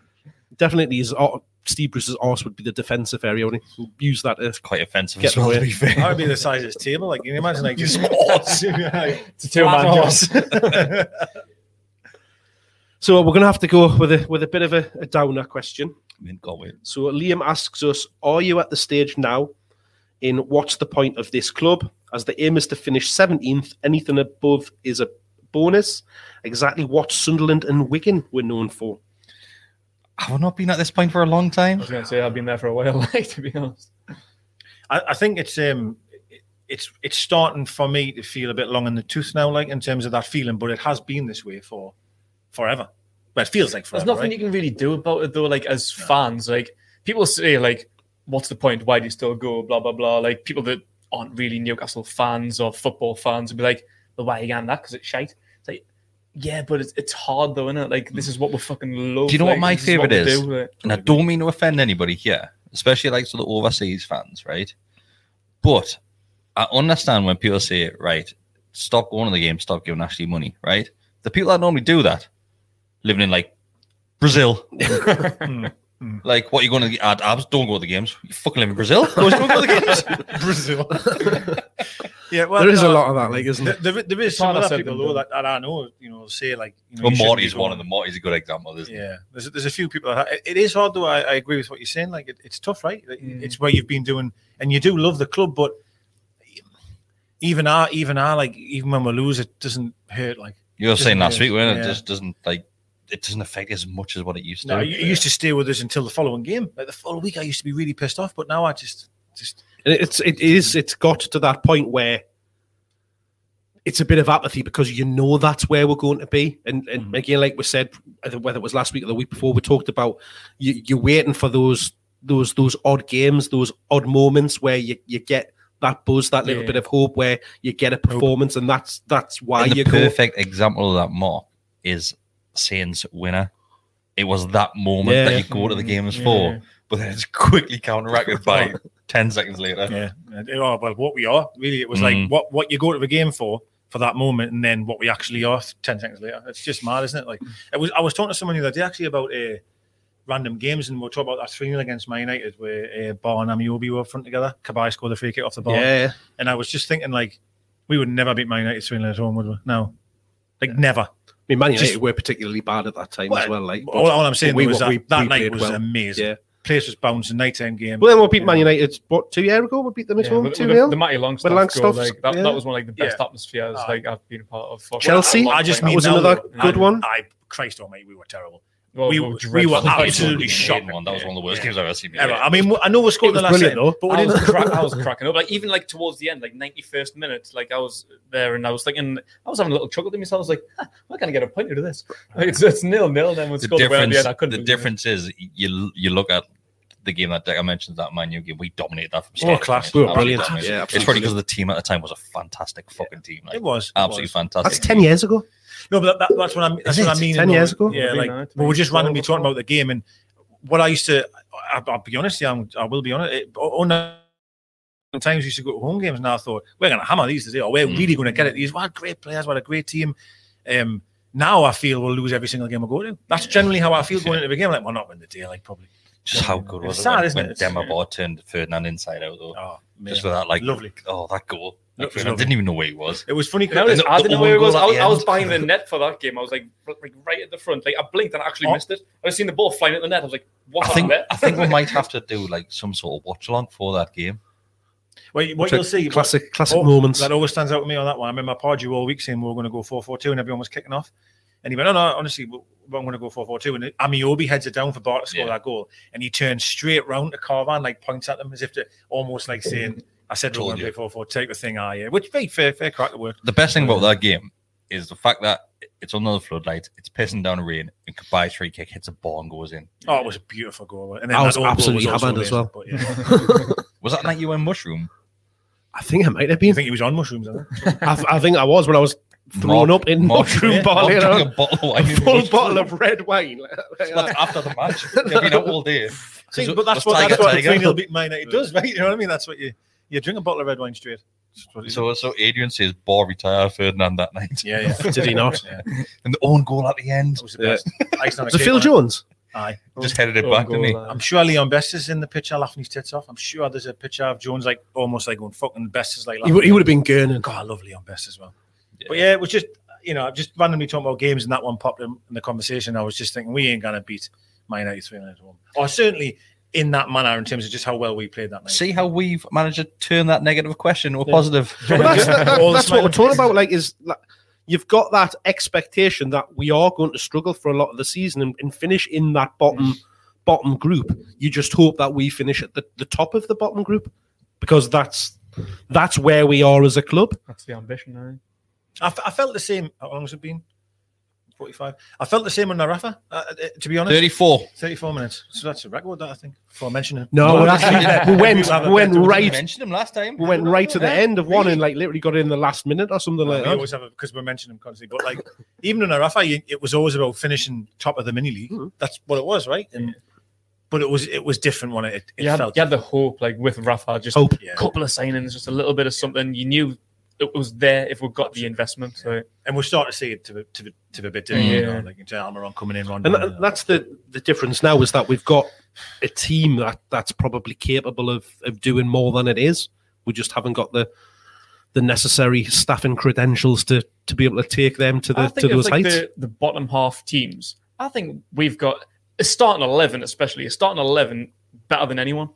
Speaker 4: definitely is uh, Steve Bruce's arse would be the defensive area, and he'll use that to
Speaker 3: Quite offensive
Speaker 4: Get
Speaker 3: as well,
Speaker 4: away.
Speaker 3: to be fair.
Speaker 5: That would be the size of this table. Like, can you imagine? Like, just
Speaker 6: It's a two-man
Speaker 5: Flat
Speaker 6: job.
Speaker 5: horse.
Speaker 4: So we're going to have to go with a with a bit of a, a downer question.
Speaker 3: I mean, God, wait.
Speaker 4: So Liam asks us, "Are you at the stage now in what's the point of this club? As the aim is to finish 17th, anything above is a bonus. Exactly what Sunderland and Wigan were known for.
Speaker 3: Have I not been at this point for a long time?
Speaker 6: I was going to say I've been there for a while, like to be honest.
Speaker 5: I, I think it's um, it- it's it's starting for me to feel a bit long in the tooth now, like in terms of that feeling. But it has been this way for forever. Well, it feels like
Speaker 6: There's
Speaker 5: forever. right?
Speaker 6: nothing you can really do about it though. Like as fans, like people say, like, what's the point? Why do you still go? Blah blah blah. Like people that aren't really Newcastle fans or football fans would be like, well, why are you getting that? Because it's shite. It's like, yeah, but it's, it's hard though, isn't it? Like this is what we fucking love.
Speaker 3: Do you know
Speaker 6: like,
Speaker 3: what my
Speaker 6: this what
Speaker 3: favourite
Speaker 6: we
Speaker 3: is?
Speaker 6: do, like.
Speaker 3: and I don't mean to offend anybody here, especially like to the overseas fans, right? But I understand when people say, right, stop going to the game, stop giving Ashley money, right? The people that normally do that, living in like Brazil, like what you're going to the ad abs, don't go to the games. You fucking live in Brazil, of course you don't go to the games.
Speaker 5: Brazil. yeah, well,
Speaker 4: there is a
Speaker 5: no,
Speaker 4: lot of that, like isn't
Speaker 5: There,
Speaker 4: there?
Speaker 5: there, there is
Speaker 6: The
Speaker 5: some
Speaker 6: partner
Speaker 5: other
Speaker 6: said
Speaker 5: people
Speaker 6: them,
Speaker 5: though
Speaker 6: though.
Speaker 5: that, that I know, you know, say like. You know,
Speaker 3: Well,
Speaker 5: you shouldn't
Speaker 3: Marty's
Speaker 5: be
Speaker 3: one of
Speaker 5: going-
Speaker 3: them. Marty's a good example, isn't he?
Speaker 5: Yeah, there's, there's a few people. That, it- it is hard though. I, I agree with what you're saying. Like it, it's tough, right? Like, It's where you've been doing, and you do love the club, but even our, even our, like even when we lose, it doesn't hurt. Like
Speaker 3: You were saying last
Speaker 5: Doesn't
Speaker 3: week,
Speaker 5: it?
Speaker 3: when it
Speaker 5: Yeah.
Speaker 3: just doesn't like it doesn't affect as much as what it used to.
Speaker 5: no, you, you used to stay with us until the following game. Like the following week, I used to be really pissed off, but now I just, just
Speaker 4: And it's it is it's got to that point where it's a bit of apathy because you know that's where we're going to be. And and again, like we said, whether it was last week or the week before, we talked about you, you're waiting for those those those odd games, those odd moments where you, you get that buzz, that little
Speaker 6: Yeah.
Speaker 4: bit of hope, where you get a performance, and that's that's why
Speaker 3: And
Speaker 4: you
Speaker 3: the
Speaker 4: go.
Speaker 3: perfect example of that mark is Saints winner. It was that moment
Speaker 4: Yeah. Mm,
Speaker 3: that you go to the games for, but then it's quickly counteracted by ten seconds later.
Speaker 5: yeah. And, oh, well, what we are really, it was like
Speaker 3: Mm.
Speaker 5: what what you go to the game for for that moment, and then what we actually are ten seconds later. It's just mad, isn't it? Like it was. I was talking to someone the other day actually about uh, random games, and we'll talk about that three 0 against Man United where uh, Bar and Amiobi were up front together. Kabai scored the free kick off the bar,
Speaker 4: Yeah,
Speaker 5: and I was just thinking like we would never beat Man United three 0 at home, would we? No, like never.
Speaker 4: I mean, Man United
Speaker 5: Just-
Speaker 4: were particularly bad at that time as well. Like,
Speaker 5: all, all I'm saying
Speaker 4: we-
Speaker 5: was that
Speaker 4: we-
Speaker 5: that
Speaker 4: we
Speaker 5: night
Speaker 4: played
Speaker 5: was
Speaker 4: well.
Speaker 5: amazing.
Speaker 4: Yeah.
Speaker 5: Place was bouncing, nighttime game.
Speaker 4: well, then we beat Man
Speaker 5: Yeah.
Speaker 4: United what two year ago? We beat them at
Speaker 6: Yeah,
Speaker 4: home
Speaker 6: with-
Speaker 4: two
Speaker 6: with the,
Speaker 4: nil.
Speaker 6: the Matty Longstaff, goal,
Speaker 4: Longstaff's-
Speaker 6: like, that,
Speaker 4: yeah.
Speaker 6: that was one of like the best
Speaker 5: Yeah.
Speaker 6: atmospheres
Speaker 5: Ah.
Speaker 6: like I've been a part of. for-
Speaker 4: Chelsea?
Speaker 6: a long
Speaker 5: I just
Speaker 6: time.
Speaker 4: That
Speaker 5: mean
Speaker 4: was
Speaker 5: now
Speaker 4: another
Speaker 5: we're-
Speaker 4: good
Speaker 5: I-
Speaker 4: one.
Speaker 5: I Christ Almighty, we were terrible.
Speaker 6: Well,
Speaker 5: we
Speaker 6: well,
Speaker 5: were- we
Speaker 6: dreadful.
Speaker 5: were
Speaker 6: That was
Speaker 5: absolutely
Speaker 6: one.
Speaker 3: Fucking
Speaker 5: shocking.
Speaker 3: hated One that was one of the worst
Speaker 5: Yeah.
Speaker 3: games I've ever seen.
Speaker 5: Ever. I mean, I know we scored the last
Speaker 4: brilliant,
Speaker 5: minute,
Speaker 4: though.
Speaker 5: but we
Speaker 6: I was,
Speaker 5: didn't.
Speaker 6: crack, I was cracking up. Like even like towards the end, like ninety first minute, like I was there and I was thinking, I was having a little chuckle to myself. I was like, "Huh, "We're gonna get a point out of this." Like, it's, it's nil nil. Then when
Speaker 3: the
Speaker 6: scored the way at
Speaker 3: difference,
Speaker 6: the end, I couldn't.
Speaker 3: the difference is you you look at the game that I mentioned that Man U game. We dominated that from
Speaker 5: Oh,
Speaker 3: start. to
Speaker 5: class.
Speaker 3: finish.
Speaker 4: We were
Speaker 3: Absolutely
Speaker 4: brilliant.
Speaker 3: dominated.
Speaker 4: Yeah,
Speaker 3: it's probably
Speaker 4: absolutely.
Speaker 3: because the team at the time was a fantastic fucking team. Like,
Speaker 5: It was it
Speaker 3: absolutely
Speaker 5: was.
Speaker 3: fantastic.
Speaker 4: That's ten years ago.
Speaker 5: No, but that, that, that's what I that's
Speaker 4: Is
Speaker 5: what I
Speaker 4: it?
Speaker 5: mean.
Speaker 4: 10
Speaker 5: though.
Speaker 4: years ago?
Speaker 5: yeah.
Speaker 6: Maybe
Speaker 5: Like
Speaker 6: not.
Speaker 5: we were just
Speaker 6: Maybe
Speaker 5: randomly
Speaker 6: twelve or
Speaker 5: talking about the game, and what I used to. I, I'll be honest, yeah, I'm, I will be honest. It, on times we used to go to home games, and I thought we're going to hammer these today, or we're
Speaker 3: Mm.
Speaker 5: really going to get it. These what great players, what a great team. Um, now I feel we'll lose every single game we go to. That's generally how I feel going into the game. Like we're not winning the day, like probably.
Speaker 3: Just how good was
Speaker 5: It's
Speaker 3: it
Speaker 5: sad,
Speaker 3: when,
Speaker 5: isn't
Speaker 3: when
Speaker 5: it?
Speaker 3: Demba Ba turned Ferdinand inside out though?
Speaker 5: Oh, man.
Speaker 3: just with that like
Speaker 5: Lovely.
Speaker 3: Oh, that goal!
Speaker 5: That was
Speaker 3: I
Speaker 5: lovely.
Speaker 3: didn't even know where he was.
Speaker 5: It was funny.
Speaker 6: You know,
Speaker 5: 'cause-
Speaker 6: it's- I didn't know where it was. I was, I
Speaker 3: Overall
Speaker 6: was
Speaker 3: at
Speaker 6: behind
Speaker 3: the
Speaker 6: the
Speaker 3: end.
Speaker 6: net for that game. I was like, r- like right at the front. Like I blinked and I actually
Speaker 5: Oh.
Speaker 6: missed it. I just seen the ball flying at the net. I was like, "What
Speaker 3: I think
Speaker 6: happened
Speaker 3: I
Speaker 6: there?"
Speaker 3: think we might have to do like some sort of watch along for that game.
Speaker 5: Well, you- what
Speaker 4: Check
Speaker 5: you'll see,
Speaker 4: classic- classic
Speaker 5: oh,
Speaker 4: moments.
Speaker 5: That always stands out to me on that one. I remember Pardew all week saying we were going to go four four two, and everyone was kicking off, and he went, "No, no, honestly, we- we're going to go four four two. And Amiobi heads it down for Bart to score
Speaker 3: Yeah.
Speaker 5: that goal, and he turns straight round to Carvan, like points at them as if to almost like
Speaker 4: Mm.
Speaker 5: saying, "I said we're
Speaker 3: Told
Speaker 5: going to
Speaker 3: you.
Speaker 5: play four four, take the thing, I yeah." Which very fair, fair crack to work.
Speaker 3: The best thing about that game is the fact that it's under the floodlights, it's pissing down rain, and Kabai's free kick hits a ball and goes in.
Speaker 5: Oh, it was a beautiful goal, and then
Speaker 4: I was
Speaker 5: that own goal
Speaker 4: absolutely
Speaker 5: also
Speaker 4: hammered as well.
Speaker 5: amazing, But, yeah.
Speaker 3: Was that night you went mushroom?
Speaker 4: I think I might have
Speaker 5: you
Speaker 4: been.
Speaker 5: think he was on mushrooms? I think.
Speaker 4: I, I think I was when I was thrown
Speaker 3: Mark-
Speaker 4: up in
Speaker 3: Mark-
Speaker 4: mushroom
Speaker 5: yeah,
Speaker 4: bar
Speaker 3: Mark
Speaker 4: later
Speaker 3: drank
Speaker 4: on.
Speaker 3: a bottle. I
Speaker 4: A
Speaker 3: mean,
Speaker 4: full
Speaker 3: mushroom.
Speaker 4: bottle of red wine.
Speaker 3: That's after the match. They've been out all day.
Speaker 5: See,
Speaker 3: So-
Speaker 5: but that's
Speaker 3: was
Speaker 5: what
Speaker 3: Tiger
Speaker 5: that's what
Speaker 3: Tiger?
Speaker 5: three 0 beat Man United does, right? You know what I mean? That's what you you drink a bottle of red wine straight. That's what it is.
Speaker 3: So, so Adrian says, "Bar retired Ferdinand that night,"
Speaker 5: yeah, yeah.
Speaker 4: Did he not?
Speaker 5: Yeah.
Speaker 3: and the own goal at the end.
Speaker 5: That was the
Speaker 4: Yeah.
Speaker 5: best. Ice on a
Speaker 4: Was it
Speaker 5: cake,
Speaker 4: Phil
Speaker 5: man.
Speaker 4: Jones?
Speaker 5: Aye.
Speaker 3: Just headed it back, didn't he?
Speaker 5: I'm sure Leon Best is in the picture laughing his tits off. I'm sure there's a picture of Jones like almost like going fucking Best is like
Speaker 4: He
Speaker 5: laughing.
Speaker 4: would, he would have been gurning.
Speaker 5: God, I love Leon Best as well. But yeah, it was just you know, just randomly talking about games, and that one popped in, in the conversation. I was just thinking we ain't gonna beat Man United three nine one, or certainly in that manner in terms of just how well we played that night.
Speaker 3: See how we've managed to turn that negative question to a positive.
Speaker 4: But that's that-
Speaker 5: All the
Speaker 4: that's what we're
Speaker 5: smiling
Speaker 4: talking
Speaker 5: faces.
Speaker 4: about. Like, is like, you've got that expectation that we are going to struggle for a lot of the season and, and finish in that
Speaker 5: Mm.
Speaker 4: bottom bottom group. You just hope that we finish at the, the top of the bottom group because that's that's where we are as a club.
Speaker 6: That's the ambition, right?
Speaker 5: I, f- I felt the same. How long has it been? Forty five. I felt the same on Narafa. Uh, uh, to be honest,
Speaker 3: Thirty-four.
Speaker 5: thirty four minutes. So that's a record that I think. Before I mention it.
Speaker 4: No, we actually, we went
Speaker 5: We have a
Speaker 4: we went
Speaker 5: better-
Speaker 3: You
Speaker 4: right
Speaker 3: mentioned him last time.
Speaker 4: we went right to the end of one and like literally got in the last minute or something like
Speaker 5: we
Speaker 6: um,
Speaker 4: that.
Speaker 5: always have because we're mentioning him constantly. But like even in Arafa, you- it was always about finishing top of the mini league.
Speaker 6: Mm-hmm.
Speaker 5: That's what it was, right? And but it was it was different when it, it
Speaker 6: You had,
Speaker 5: felt.
Speaker 6: you had the hope, like with Rafa, just
Speaker 3: Oh,
Speaker 4: Hope.
Speaker 5: Yeah.
Speaker 6: a couple of signings, just a little bit of something. You knew it was there if we got the investment. So
Speaker 5: and we're starting to see it to the- to the- to the bit different. You know,
Speaker 6: Yeah.
Speaker 5: like Almiron coming in, Ron.
Speaker 4: And tha- that's the the difference now is that we've got a team that that's probably capable of of doing more than it is. We just haven't got the the necessary staffing credentials to to be able to take them to the
Speaker 6: I
Speaker 4: to
Speaker 6: think it
Speaker 4: those
Speaker 6: was like
Speaker 4: heights.
Speaker 6: the, the bottom half teams. I think we've got a starting eleven, especially a starting eleven, better than anyone.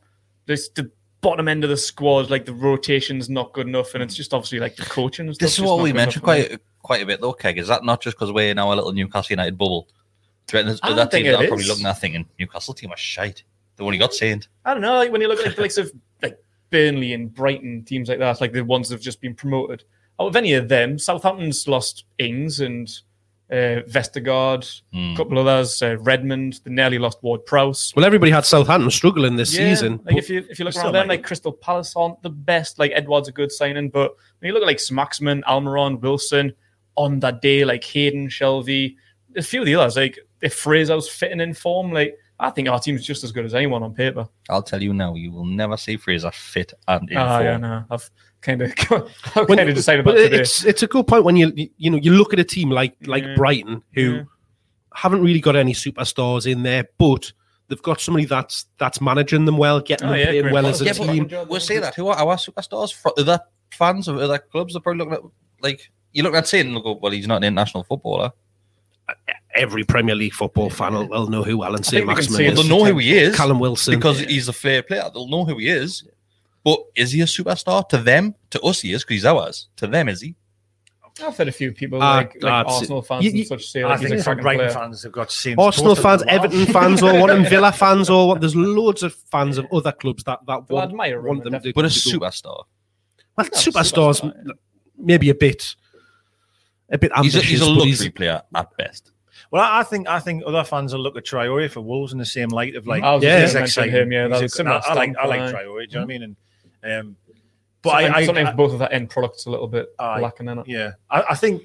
Speaker 6: This the bottom end of the squad, like the rotation's not good enough, and it's just obviously like the coaching. And
Speaker 3: This is
Speaker 6: stuff,
Speaker 3: what
Speaker 6: just
Speaker 3: we
Speaker 6: not good
Speaker 3: mentioned
Speaker 6: enough for me.
Speaker 3: quite quite a bit though, Keg. Is that not just because we're in our little Newcastle United bubble? Threaten there's
Speaker 6: I don't
Speaker 3: other
Speaker 6: think
Speaker 3: teams that
Speaker 6: it
Speaker 3: are probably
Speaker 6: is.
Speaker 3: looking at that thinking Newcastle team are shite. The one he got sained.
Speaker 6: I don't know. Like when you look at like, the likes of like Burnley and Brighton teams like that, like the ones that've just been promoted. Out of any of them, Southampton's lost Ings and uh, Vestergaard, a couple others, uh, Redmond. They nearly lost Ward Prowse.
Speaker 4: Hmm. well, everybody had Southampton struggling this
Speaker 6: Yeah,
Speaker 4: season.
Speaker 6: Like if you if you look
Speaker 5: still
Speaker 6: around them,
Speaker 5: like-
Speaker 6: like Crystal Palace aren't the best. Like Edwards a good signing, but when you look at like Smaxman, Almiron, Wilson on that day, like Hayden, Shelby, a few of the others, like if Fraser's fitting in form, like I think our team's just as good as anyone on paper.
Speaker 3: I'll tell you now, you will never see Fraser fit and in
Speaker 6: Ah,
Speaker 3: form.
Speaker 6: yeah, no, I've kind of I've
Speaker 4: When-
Speaker 6: kind of decided that
Speaker 4: but
Speaker 6: today.
Speaker 4: it's it's a good point when you you know you look at a team like like
Speaker 6: Yeah.
Speaker 4: Brighton who
Speaker 6: Yeah.
Speaker 4: haven't really got any superstars in there, but they've got somebody that's that's managing them well, getting
Speaker 6: Oh,
Speaker 4: them
Speaker 6: yeah,
Speaker 4: playing
Speaker 6: Graham
Speaker 4: well as a
Speaker 3: yeah,
Speaker 6: Potter.
Speaker 4: team.
Speaker 3: but we'll say that. Who are our superstars? For other fans of other clubs, they're probably looking at like you look at Saint and go, well, he's not an international footballer.
Speaker 4: Every Premier League football fan will, will know who Alan St.
Speaker 6: think we can say
Speaker 4: Maximin
Speaker 3: Well,
Speaker 4: is.
Speaker 3: they'll know who he is
Speaker 4: Callum Wilson.
Speaker 3: because he's a fair player. They'll know who he is. But is he a superstar to them? To us, he is because he's ours. To them, is he?
Speaker 6: I've had a few people
Speaker 4: Ah,
Speaker 6: like, like
Speaker 4: that's it.
Speaker 6: Arsenal fans
Speaker 4: You- you-
Speaker 6: and such say
Speaker 5: I
Speaker 6: like, he's a
Speaker 5: think
Speaker 6: cracking
Speaker 5: Brighton
Speaker 6: player.
Speaker 5: fans have got seen
Speaker 4: Arsenal
Speaker 5: toasted
Speaker 4: fans,
Speaker 5: them.
Speaker 4: Everton fans, all one, and Villa fans, all one. There's loads of fans of other clubs that that
Speaker 6: Well, I
Speaker 4: want,
Speaker 6: admire
Speaker 4: want
Speaker 6: him,
Speaker 4: them to.
Speaker 3: But a
Speaker 4: to go-
Speaker 3: superstar.
Speaker 4: well,
Speaker 6: No,
Speaker 4: superstars,
Speaker 6: superstar, yeah.
Speaker 4: maybe a bit, a bit
Speaker 3: He's
Speaker 4: ambitious.
Speaker 3: a, he's a
Speaker 4: but
Speaker 3: luxury
Speaker 4: he's-
Speaker 3: player at best.
Speaker 5: Well, I I think I think other fans will look at Traore for Wolves in the same light of like
Speaker 6: I was
Speaker 4: Yeah.
Speaker 6: yeah,
Speaker 5: he's
Speaker 4: gonna
Speaker 6: mention
Speaker 5: exciting.
Speaker 6: him. Yeah,
Speaker 5: He's
Speaker 6: that
Speaker 5: a
Speaker 6: was
Speaker 5: good- I,
Speaker 6: similar.
Speaker 5: I like I like
Speaker 6: standpoint. Mm-hmm.
Speaker 5: Traore. Do you know what I mean? And um, but
Speaker 6: But
Speaker 5: I, I,
Speaker 6: sometimes
Speaker 5: I
Speaker 6: both of that end products a little bit
Speaker 5: Aye.
Speaker 6: lacking in it.
Speaker 5: yeah, I, I think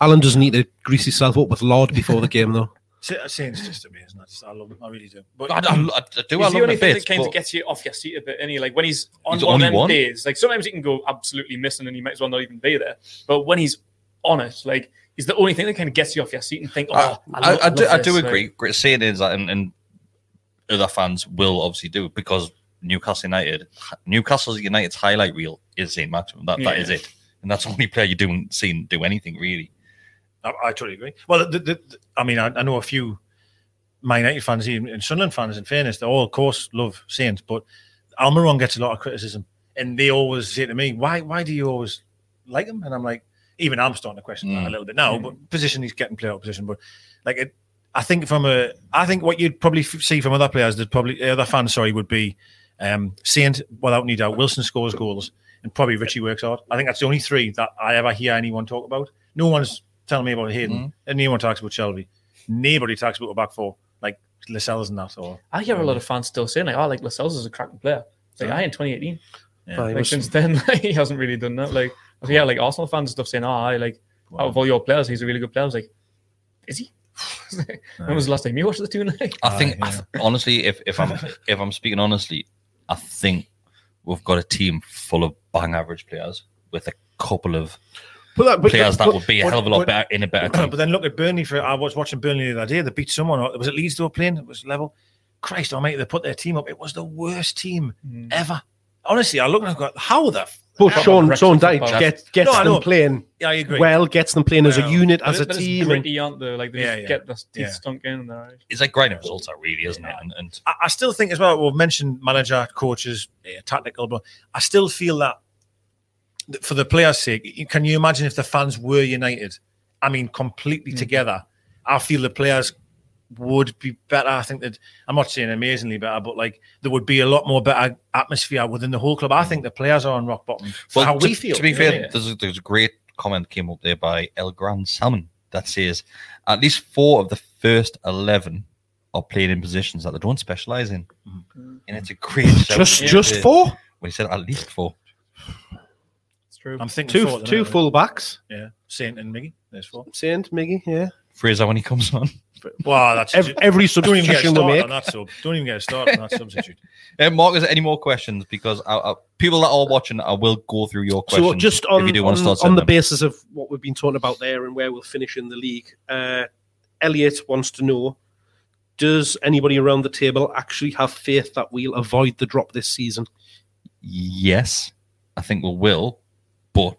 Speaker 4: Alan doesn't need to grease himself up with lard before the game, though.
Speaker 5: Sa- Saints just amazing. I, just, I love him. I really do. But
Speaker 3: But I, I, I do. I
Speaker 6: he's the
Speaker 3: love
Speaker 6: only
Speaker 3: the
Speaker 6: thing
Speaker 3: bits,
Speaker 6: that kind
Speaker 3: but
Speaker 6: of gets you off your seat a bit, any like when he's on
Speaker 3: He's
Speaker 6: one
Speaker 3: only
Speaker 6: of them
Speaker 3: one?
Speaker 6: days, like sometimes he can go absolutely missing and you might as well not even be there. But when he's on it, like he's the only thing that kind of gets you off your seat and think, oh,
Speaker 3: Ah, I,
Speaker 6: I,
Speaker 3: I, I do, I do
Speaker 6: agree.
Speaker 3: agree. Great saying is that, and, and other fans will obviously do because Newcastle United, Newcastle United's highlight reel is Saint Maximum. That that
Speaker 6: Yeah.
Speaker 3: is it, and that's the only player you don't seen do anything really.
Speaker 5: I, I totally agree. Well, the, the, the- I mean, I, I know a few Man United fans even, and Sunderland fans, in fairness, they all, of course, love Saints, but Almiron gets a lot of criticism. And they always say to me, why why do you always like him? And I'm like, even I'm starting to question that a
Speaker 3: Mm.
Speaker 5: little bit now, but position he's getting played out of position. But like, it, I think from a, I think what you'd probably f- see from other players, that probably, other fans, sorry, would be um, Saint, without any doubt, Wilson scores goals, and probably Richie works hard. I think that's the only three that I ever hear anyone talk about. No one's telling me about Hayden,
Speaker 3: Mm-hmm.
Speaker 5: and no one talks about Shelby. Nobody talks about the back four, like Lascelles and that. Or
Speaker 6: I hear a lot of fans still saying like, "Oh, like Lascelles is a cracking player." It's like,
Speaker 5: Yeah.
Speaker 6: "I in 2018."
Speaker 5: Yeah.
Speaker 4: He
Speaker 6: Like
Speaker 4: was-
Speaker 6: since then, like, he hasn't really done that. Like, I hear like Arsenal fans and stuff saying, "Oh, I like out of all your players, he's a really good player." I was like, "Is he?" when was the last time you watched the two? Like,
Speaker 3: I
Speaker 4: Uh,
Speaker 3: think
Speaker 5: Ah,
Speaker 3: I th- honestly, if if I'm if I'm speaking honestly, I think we've got a team full of bang average players with a couple of
Speaker 4: But that, but,
Speaker 3: players that
Speaker 4: but-
Speaker 3: would be a hell of a lot
Speaker 5: but-
Speaker 3: better in a better team.
Speaker 5: but then look at Burnley. For I was watching Burnley the other day. They beat someone. or- Was it Leeds they were playing? It was level. Christ Almighty! They put their team up. It was the worst team
Speaker 3: Mm.
Speaker 5: ever. Honestly, I look and I go, how the. F-?
Speaker 4: But Sean,
Speaker 6: Wrexham
Speaker 4: Sean Dyche
Speaker 6: football.
Speaker 4: gets gets
Speaker 5: No, I know.
Speaker 4: them playing
Speaker 5: Yeah, I agree.
Speaker 4: well, gets them playing as a
Speaker 5: Well,
Speaker 4: unit,
Speaker 6: But
Speaker 4: as a
Speaker 6: they're just
Speaker 4: team. and-
Speaker 6: gritty, aren't they? Like they
Speaker 5: Yeah,
Speaker 6: just
Speaker 5: yeah.
Speaker 6: get their teeth
Speaker 5: Yeah.
Speaker 6: stunk in and they're like,
Speaker 3: it's like grinding results, that really, isn't it? And, and
Speaker 5: I, I still think as well. We've mentioned manager, coaches, eh, tactical, but I still feel that th- for the players' sake, you- can you imagine if the fans were united? I mean, completely
Speaker 3: Mm.
Speaker 5: together. I feel the players would be better. I think that I'm not saying amazingly better, but like there would be a lot more better atmosphere within the whole club. I think the players are on rock bottom. For
Speaker 3: Mm. Well,
Speaker 5: how
Speaker 3: to,
Speaker 5: we feel.
Speaker 3: to be
Speaker 5: you know what I
Speaker 3: fair,
Speaker 5: mean?
Speaker 3: there's, a, there's a great comment that came up there by El Gran Salmon that says at least four of the first 11 are playing in positions that they don't specialize in. And it's a great shout.
Speaker 4: Mm-hmm. Just
Speaker 6: Yeah.
Speaker 4: just
Speaker 3: Yeah.
Speaker 4: four,
Speaker 3: Well, he said at least four.
Speaker 6: it's true.
Speaker 5: I'm thinking
Speaker 4: two
Speaker 5: four at the
Speaker 4: two
Speaker 5: minute,
Speaker 4: full backs.
Speaker 5: Yeah, Saint and Miggy. There's four.
Speaker 4: Saint Miggy, yeah.
Speaker 3: Fraser when he comes on.
Speaker 5: Wow, that's
Speaker 4: Every, every
Speaker 5: don't even get a
Speaker 4: substitution they
Speaker 5: start
Speaker 4: make.
Speaker 5: on that sub. Don't even get a start on that substitute.
Speaker 3: Uh, Mark, is there any more questions? Because I, I, people that are watching, I will go through your questions.
Speaker 4: So just on,
Speaker 3: if you do
Speaker 4: on,
Speaker 3: want to start
Speaker 4: on the
Speaker 3: sending them.
Speaker 4: basis of what we've been talking about there and where we'll finish in the league, uh, Elliot wants to know: Does anybody around the table actually have faith that we'll avoid the drop this season?
Speaker 3: Yes, I think we will, but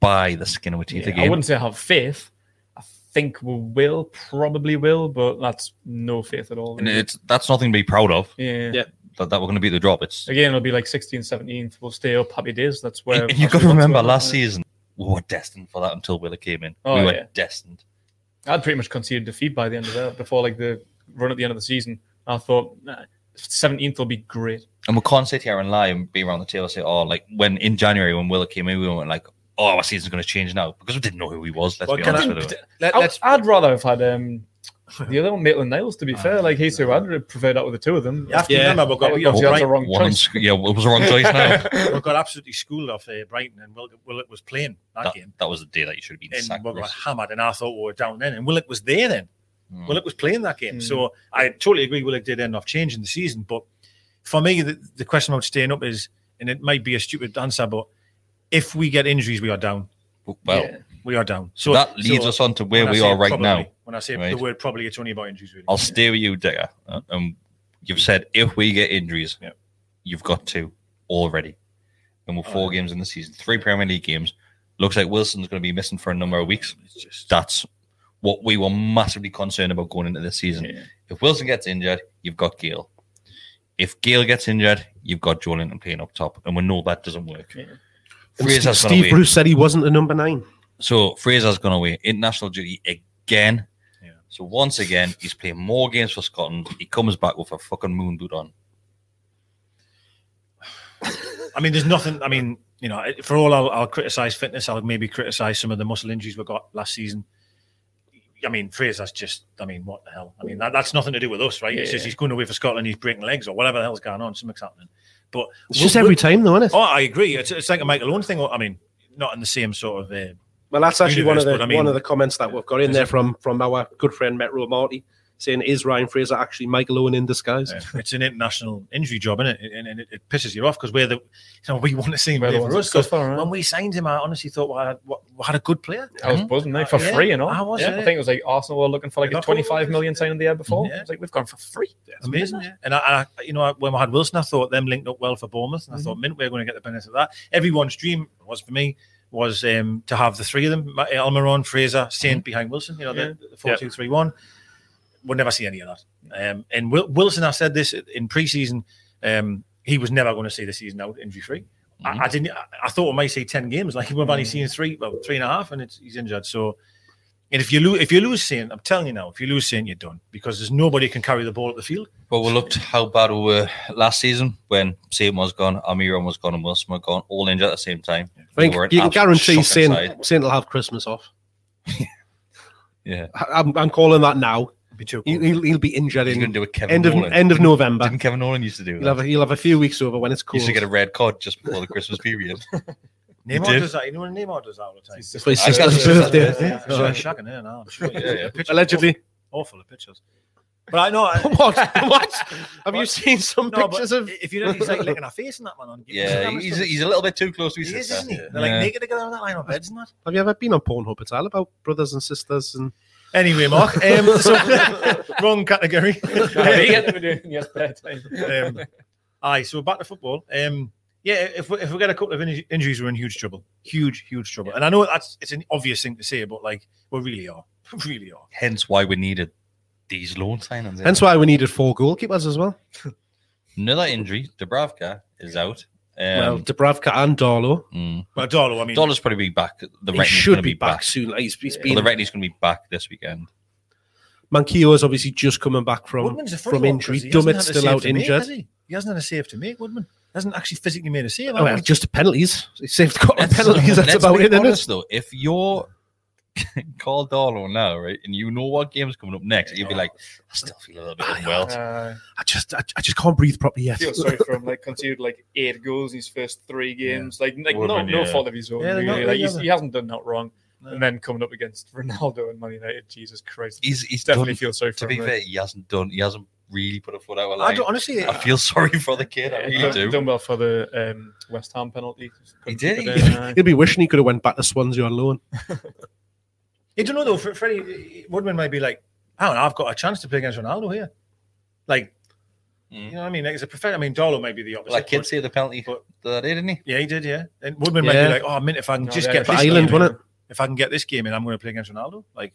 Speaker 3: by the skin of our teeth
Speaker 6: Yeah, I
Speaker 3: again.
Speaker 6: wouldn't say I have faith. I think we will, probably will, but that's no faith at all.
Speaker 3: And it's that's nothing to be proud of.
Speaker 6: yeah.
Speaker 4: Yeah.
Speaker 3: That, that we're going to beat the drop. It's
Speaker 6: Again, it'll be like 16, 17th. We'll stay up happy days. That's where.
Speaker 3: And- and you've got to remember last season we were destined for that until Willa came in.
Speaker 6: Oh,
Speaker 3: we were
Speaker 6: yeah.
Speaker 3: destined.
Speaker 6: I'd pretty much conceded defeat by the end of that. Before like the run at the end of the season, I thought nah, 17th will be great.
Speaker 3: And we can't sit here and lie and be around the table and say, oh, like when in January when Willa came in, we went like, oh, our season's going to change now because we didn't know who he was. Let's
Speaker 5: Well,
Speaker 3: be
Speaker 5: can
Speaker 3: honest
Speaker 5: I-
Speaker 3: with you.
Speaker 5: Let,
Speaker 6: I,
Speaker 5: let's
Speaker 6: would rather have had um, the other one, Maitland Niles. To be fair, like he's who I'd have preferred out with the two of
Speaker 5: Ah,
Speaker 6: them.
Speaker 5: You have to
Speaker 4: Yeah.
Speaker 5: remember, we got, we,
Speaker 6: Yeah,
Speaker 5: got
Speaker 6: obviously that's
Speaker 5: Brighton-
Speaker 6: a wrong
Speaker 3: One on
Speaker 6: choice.
Speaker 3: sc- yeah, it was the wrong choice now.
Speaker 5: we got absolutely schooled off uh, Brighton, and Will, Willett was playing that,
Speaker 3: that,
Speaker 5: game,
Speaker 3: that was the day that you should have been
Speaker 5: and
Speaker 3: sacked.
Speaker 5: we got
Speaker 3: Chris.
Speaker 5: hammered. And I thought we were down then, and Willett was there then.
Speaker 3: Mm.
Speaker 5: Willett was playing that
Speaker 6: Hmm.
Speaker 5: game, so I totally agree. Willett did end up changing the season, but for me, the, the question about staying up is, and it might be a stupid answer, but if we get injuries, we are down.
Speaker 3: Well,
Speaker 6: Yeah.
Speaker 5: We are down. So
Speaker 3: so that leads us on to where
Speaker 5: when I
Speaker 3: we
Speaker 5: say
Speaker 3: are right
Speaker 5: probably-
Speaker 3: now.
Speaker 5: When I say
Speaker 3: right?
Speaker 5: the word probably, it's only about injuries. Really.
Speaker 3: I'll stay with you, Digger. Uh, Um, you've said if we get injuries,
Speaker 5: Yeah.
Speaker 3: you've got two already. And we're four games in the season, three Premier League games. Looks like Wilson's going to be missing for a number of weeks.
Speaker 5: It's just
Speaker 3: That's what we were massively concerned about going into this season.
Speaker 6: Yeah.
Speaker 3: If Wilson gets injured, you've got Gale. If Gale gets injured, you've got Joe Linton playing up top. And we know that doesn't work.
Speaker 6: Yeah.
Speaker 3: Fraser's gonna
Speaker 4: Steve
Speaker 3: wait.
Speaker 4: Bruce said he wasn't a number nine.
Speaker 3: So Fraser's gone away. International duty again.
Speaker 5: Yeah.
Speaker 3: So once again, he's playing more games for Scotland. He comes back with a fucking moon boot on.
Speaker 5: I mean, there's nothing. I mean, you know, for all I'll, I'll criticize fitness, I'll maybe criticize some of the muscle injuries we got last season. I mean, Fraser's just. I mean, what the hell? I mean, that, that's nothing to do with us, right? It's just
Speaker 6: Yeah.
Speaker 5: he's going away for Scotland, he's breaking legs or whatever the hell's going on. Something's happening. But
Speaker 4: It's just every time, though, isn't it?
Speaker 5: Oh, I agree. It's, it's like a Michael Owen thing. I mean, not in the same sort of. Uh,
Speaker 4: Well, that's actually one of
Speaker 5: Universe,
Speaker 4: the
Speaker 5: but I mean-
Speaker 4: one of the comments that we've got in
Speaker 5: Is
Speaker 4: there
Speaker 5: it-
Speaker 4: from from our good friend Metro Marty saying, "Is Ryan Fraser actually Michael Owen in disguise?"
Speaker 5: uh, it's an international injury job, is it? And, and it, it pisses you off because we're the. You know, we want to see him
Speaker 6: We're the
Speaker 5: play for
Speaker 6: ones that
Speaker 5: us. 'Cause
Speaker 6: suffer, right?
Speaker 5: When we signed him, I honestly thought we had, we had a good player.
Speaker 6: I was buzzing mate, for
Speaker 5: Uh, Yeah,
Speaker 6: free and all.
Speaker 5: I was,
Speaker 6: Yeah,
Speaker 5: yeah.
Speaker 6: I think it was like Arsenal were looking for like a
Speaker 5: Liverpool,
Speaker 6: 25 million signing the year before.
Speaker 5: Yeah.
Speaker 6: It's like we've gone for free.
Speaker 5: It's amazing. Yeah. And I, I, you know, I- when we had Wilson, I thought them linked up well for Bournemouth, and I thought, mint, we're going to get the benefit of that. Everyone's dream was for me was um, to have the three of them: Ma- Almiron, Fraser, Saint behind Wilson. You know, the, the four,
Speaker 4: Yeah.
Speaker 5: two, three, one. We'll never see any of that. Um, and Wil- Wilson, I said this in preseason. Um, he was never going to see the season out injury free. I, I didn't. I, I thought we might see ten games. Like we've only seen three, well, three and a half, and it's, he's injured. So. And if you lose, if you lose Saint, I'm telling you now, if you lose Saint, you're done because there's nobody who can carry the ball at the field.
Speaker 3: But we looked how bad we were last season when Satan was gone, Amiron was gone, and Wilson were gone, all injured at the same time.
Speaker 4: I think you can guarantee Saint Saint will have Christmas off.
Speaker 3: Yeah.
Speaker 4: I- I'm, I'm calling that now.
Speaker 5: Be too
Speaker 4: He-
Speaker 5: cold.
Speaker 4: He'll, he'll be injured
Speaker 3: He's
Speaker 4: in
Speaker 3: going to do a Kevin
Speaker 4: end of
Speaker 3: Nolan.
Speaker 4: end of November.
Speaker 3: Didn't Kevin Nolan used to do
Speaker 4: He'll have,
Speaker 3: that?
Speaker 4: a, he'll have a few weeks over when it's
Speaker 3: He
Speaker 4: cool.
Speaker 3: used to get a red card just before the Christmas period.
Speaker 5: Neymar
Speaker 3: did.
Speaker 5: does that. You know, Neymar does that all the time.
Speaker 6: It's
Speaker 4: It's for his
Speaker 3: I got
Speaker 4: sister's
Speaker 3: a-
Speaker 4: birthday.
Speaker 5: Yeah,
Speaker 4: Uh,
Speaker 5: shocking, yeah, no, I'm sure.
Speaker 3: Yeah, yeah.
Speaker 5: The pictures-
Speaker 4: Allegedly,
Speaker 5: awful, awful the pictures. But I know. I-
Speaker 4: what? What? Have you seen some
Speaker 5: no, but
Speaker 4: pictures of?
Speaker 5: if you don't, he's like licking her face and that man on.
Speaker 3: Yeah, he's, he's a little bit too close to his
Speaker 5: he is,
Speaker 3: sister.
Speaker 5: isn't he? They're
Speaker 3: Yeah.
Speaker 5: like naked together on that line of beds and that.
Speaker 4: Have you ever been on Pornhub? It's all about brothers and sisters and
Speaker 5: Anyway, Mark. Um, so, wrong category.
Speaker 6: yes, bedtime.
Speaker 5: um, aye, so back to football. Um, yeah, if we, if we get a couple of in- injuries, we're in huge trouble. Huge, huge trouble. And I know that's it's an obvious thing to say, but like we really are, we really are.
Speaker 3: Hence why we needed these loan signings. in.
Speaker 4: Hence why we needed four goalkeepers as well.
Speaker 3: Another injury. Dubravka is out. Um,
Speaker 4: well, Dubravka and Darlow.
Speaker 3: mm.
Speaker 5: Well, Darlow, I mean,
Speaker 3: Dollar's probably be back. The
Speaker 4: He
Speaker 3: reckoning's
Speaker 4: should
Speaker 3: gonna
Speaker 4: be back, soon. Like, he's, he's
Speaker 3: Well,
Speaker 4: been
Speaker 3: the reckoning's going to be back this weekend.
Speaker 4: Manquillo is obviously just coming back from
Speaker 5: Woodman's a funny
Speaker 4: from
Speaker 5: one
Speaker 4: injury.
Speaker 5: 'cause he hasn't
Speaker 4: Dummett's
Speaker 5: had a
Speaker 4: still
Speaker 5: save
Speaker 4: out
Speaker 5: to make,
Speaker 4: injured.
Speaker 5: has he? He hasn't had a save to make. Woodman hasn't actually physically made a save.
Speaker 4: Oh, well,
Speaker 5: has he?
Speaker 4: just a penalty. He saved a couple of
Speaker 3: Let's-
Speaker 4: penalties. That's
Speaker 3: let's
Speaker 4: about
Speaker 3: be
Speaker 4: it, isn't
Speaker 3: honest,
Speaker 4: it?
Speaker 3: though. If you're called Darlow now, right, and you know what game's coming up next, you'd be like, I still feel a little bit unwell.
Speaker 6: Uh,
Speaker 4: I just, I, I just can't breathe properly yet.
Speaker 6: feel sorry for him. Like conceded like eight goals in his first three games. Like, like
Speaker 3: Woodman,
Speaker 6: no, no
Speaker 3: yeah.
Speaker 6: fault of his own.
Speaker 5: Yeah, they're
Speaker 6: really.
Speaker 5: not-
Speaker 6: like,
Speaker 5: they're
Speaker 6: he's,
Speaker 5: not-
Speaker 6: he hasn't done that wrong.
Speaker 5: No.
Speaker 6: And then coming up against Ronaldo and Man United, Jesus Christ,
Speaker 3: He's, he's
Speaker 6: definitely
Speaker 3: done-
Speaker 6: feel sorry
Speaker 3: To
Speaker 6: for
Speaker 3: be
Speaker 6: him.
Speaker 3: fair, he hasn't done. He hasn't really put a foot out of line.
Speaker 5: I don't honestly.
Speaker 3: I feel sorry for the kid. I
Speaker 6: Yeah,
Speaker 3: really
Speaker 6: he's done,
Speaker 3: do.
Speaker 6: done well for the um, West Ham penalty.
Speaker 3: He did,
Speaker 6: Couldn't
Speaker 3: he
Speaker 6: keep it in, uh,
Speaker 4: He'd be wishing he could have went back to Swansea on loan.
Speaker 5: I don't know though. Fre- Freddie Woodman might be like, I don't know. I've got a chance to play against Ronaldo here. Like,
Speaker 3: Mm.
Speaker 5: you know what I mean? Like, it's a perfect. I mean, Darlow might be the opposite.
Speaker 3: Well, that
Speaker 5: but-
Speaker 3: kid saved the penalty
Speaker 5: but-
Speaker 3: the other day, didn't he?
Speaker 5: Yeah, he did. Yeah, and Woodman
Speaker 4: Yeah.
Speaker 5: might be like, "Oh, I mean, if I can
Speaker 6: No,
Speaker 5: just
Speaker 6: yeah,
Speaker 5: get
Speaker 6: but
Speaker 5: this
Speaker 4: Ireland,
Speaker 5: game in,
Speaker 4: wasn't
Speaker 5: if I can get this game in, I'm going to play against Ronaldo." Like,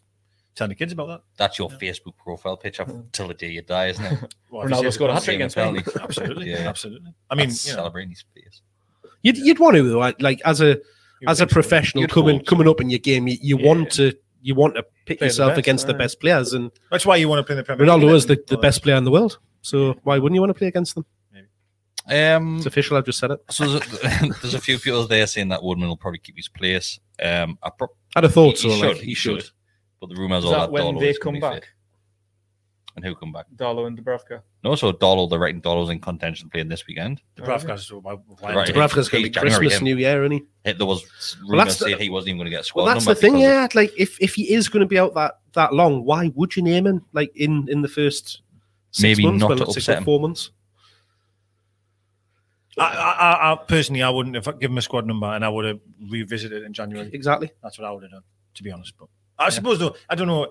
Speaker 5: telling the kids about that.
Speaker 3: That's your Facebook profile picture till the day you die, isn't it?
Speaker 5: Well,
Speaker 6: Ronaldo
Speaker 5: if he saves
Speaker 6: scored a
Speaker 5: it,
Speaker 6: hat-trick
Speaker 5: it's
Speaker 6: against
Speaker 5: penalty.
Speaker 3: Wales.
Speaker 5: Absolutely,
Speaker 3: Yeah.
Speaker 5: absolutely. I mean,
Speaker 3: That's
Speaker 5: you know,
Speaker 3: celebrating his face.
Speaker 4: You'd, you'd want to though, like- like as a
Speaker 5: you
Speaker 4: as a
Speaker 5: think so.
Speaker 4: professional
Speaker 3: You'd
Speaker 4: coming
Speaker 3: hope so.
Speaker 4: coming up in your game, you, you
Speaker 6: Yeah.
Speaker 4: want to you want to pick
Speaker 6: Play the
Speaker 4: yourself
Speaker 6: best,
Speaker 4: against the
Speaker 6: aye.
Speaker 4: best players, and
Speaker 5: That's why you want to play in the Premier
Speaker 4: Ronaldo
Speaker 5: League,
Speaker 4: is the,
Speaker 5: isn't it?
Speaker 4: the
Speaker 5: Well,
Speaker 4: best player in the world. So why wouldn't you want to play against them?
Speaker 3: Um,
Speaker 4: It's official. I've just said it.
Speaker 3: so there's, there's a few people there saying that Woodman will probably keep his place. Um, I pro-
Speaker 4: I'd have thought Oh, so.
Speaker 3: he,
Speaker 4: like,
Speaker 3: should, he should. But the rumours
Speaker 6: Is
Speaker 3: all
Speaker 6: that
Speaker 3: that
Speaker 6: when
Speaker 3: Darlow
Speaker 6: they
Speaker 3: is gonna
Speaker 6: come
Speaker 3: be
Speaker 6: back?
Speaker 3: fit. and who come back?
Speaker 6: Darlow and Dubravka.
Speaker 3: No, so Darlow, the writing Darlow's in contention playing this weekend.
Speaker 5: The Bravka's why-
Speaker 3: Right.
Speaker 5: why-
Speaker 4: Dubravka's going
Speaker 3: He's
Speaker 4: to be
Speaker 3: January,
Speaker 4: Christmas,
Speaker 3: yeah.
Speaker 4: New Year, isn't he?
Speaker 3: Hey, There was rumours
Speaker 4: Well, that's the-
Speaker 3: saying he wasn't even going to get a squad
Speaker 4: Well, that's the
Speaker 3: number
Speaker 4: thing,
Speaker 3: because of-
Speaker 4: yeah. Like, if if he is going to be out that that long, why would you name him like in in the first six
Speaker 3: Maybe
Speaker 4: months?
Speaker 3: not
Speaker 4: well,
Speaker 3: to
Speaker 4: let's say
Speaker 3: upset him.
Speaker 4: four months.
Speaker 5: I, I, I, I personally, I wouldn't have given him a squad number, and I would have revisited in January.
Speaker 4: Exactly.
Speaker 5: That's what I would have done, to be honest. But I suppose though, I don't know.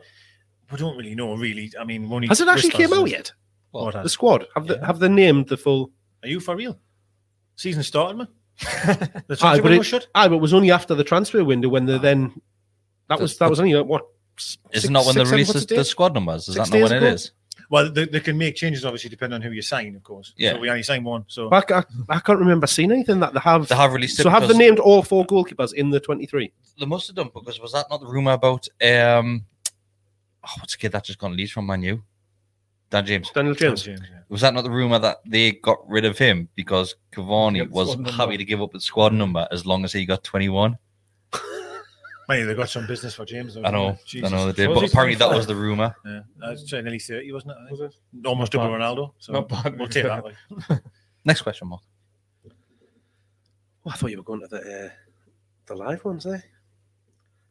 Speaker 5: We don't really know, really. I mean, only
Speaker 4: Has it actually
Speaker 5: whispers.
Speaker 4: came out yet?
Speaker 5: What
Speaker 4: The
Speaker 5: has?
Speaker 4: squad have they, have they named the full?
Speaker 5: Are you for real? Season started, man. the
Speaker 4: Aye, Ah,
Speaker 5: transfer
Speaker 4: but
Speaker 5: window
Speaker 4: it,
Speaker 5: shut.
Speaker 4: aye, ah, but it was only after the transfer window when
Speaker 3: Ah.
Speaker 4: they then that was that was only like, what.
Speaker 3: Isn't that when
Speaker 4: the
Speaker 3: they release the, the squad numbers? Is
Speaker 4: Six
Speaker 3: that not when
Speaker 4: days
Speaker 3: it
Speaker 4: ago?
Speaker 3: is?
Speaker 5: Well, they, they can make changes obviously depending on who you sign, of course.
Speaker 3: Yeah.
Speaker 5: So we only sign one. So
Speaker 4: I, ca- I can't remember seeing anything that they have.
Speaker 3: They have released it.
Speaker 4: so have they
Speaker 3: because-
Speaker 4: named all four goalkeepers in the twenty-three?
Speaker 3: They must have done because was that not the rumor about um, oh, what's the kid that just gone leads from Man U? Dan James.
Speaker 4: Daniel Jones.
Speaker 5: yeah.
Speaker 3: Was that not the rumor that they got rid of him because
Speaker 6: Yeah,
Speaker 3: Cavani
Speaker 6: the
Speaker 3: was
Speaker 6: squad number.
Speaker 3: happy to give up the squad number as long as he got 21?
Speaker 5: Mate, they got some business for James. Though,
Speaker 3: I know,
Speaker 5: didn't
Speaker 3: I
Speaker 5: they?
Speaker 3: know they did,
Speaker 6: What
Speaker 3: but
Speaker 6: was he
Speaker 3: apparently that
Speaker 6: 25?
Speaker 3: was the rumor.
Speaker 5: Yeah. I was saying nearly thirty, wasn't it? I think?
Speaker 6: Was it?
Speaker 5: Almost
Speaker 6: Not
Speaker 5: double Ronaldo. So
Speaker 6: Not bad.
Speaker 5: We'll take that. Like.
Speaker 3: Next question, Mark.
Speaker 4: Oh, I thought you were going to the uh, the live ones there.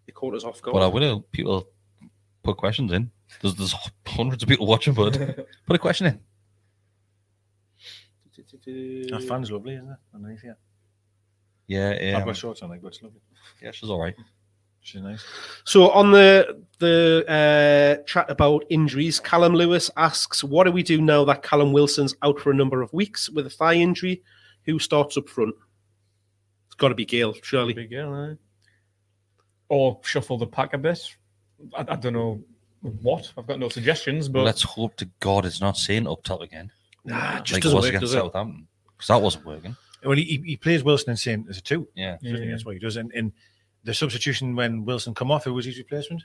Speaker 4: You caught us off guard.
Speaker 3: But I will people put questions in. There's, there's hundreds of people watching, but put a question in.
Speaker 5: Our fan's lovely, isn't it? Underneath, yeah.
Speaker 3: Yeah, yeah,
Speaker 5: I've got shorts on, like, but it's lovely.
Speaker 3: yeah. She's all right.
Speaker 5: She's nice.
Speaker 4: So on the the uh, chat about injuries, Callum Lewis asks, "What do we do now that Callum Wilson's out for a number of weeks with a thigh injury? Who starts up front? It's got to be Gail, surely.
Speaker 6: Big deal,
Speaker 5: eh?
Speaker 6: aye. Or shuffle the pack a bit. I, I don't know what. I've got no suggestions, but
Speaker 3: Let's hope to God it's not saying up top again.
Speaker 4: Nah, it just
Speaker 3: like it
Speaker 4: doesn't
Speaker 3: was
Speaker 4: work,
Speaker 3: against
Speaker 4: does it?
Speaker 3: Southampton because that wasn't working.
Speaker 5: Well, he, he plays Wilson and Saint as a two.
Speaker 3: Yeah.
Speaker 5: doesn't he?
Speaker 6: Yeah.
Speaker 5: That's what he does. And, and the substitution when Wilson come off, who was his replacement?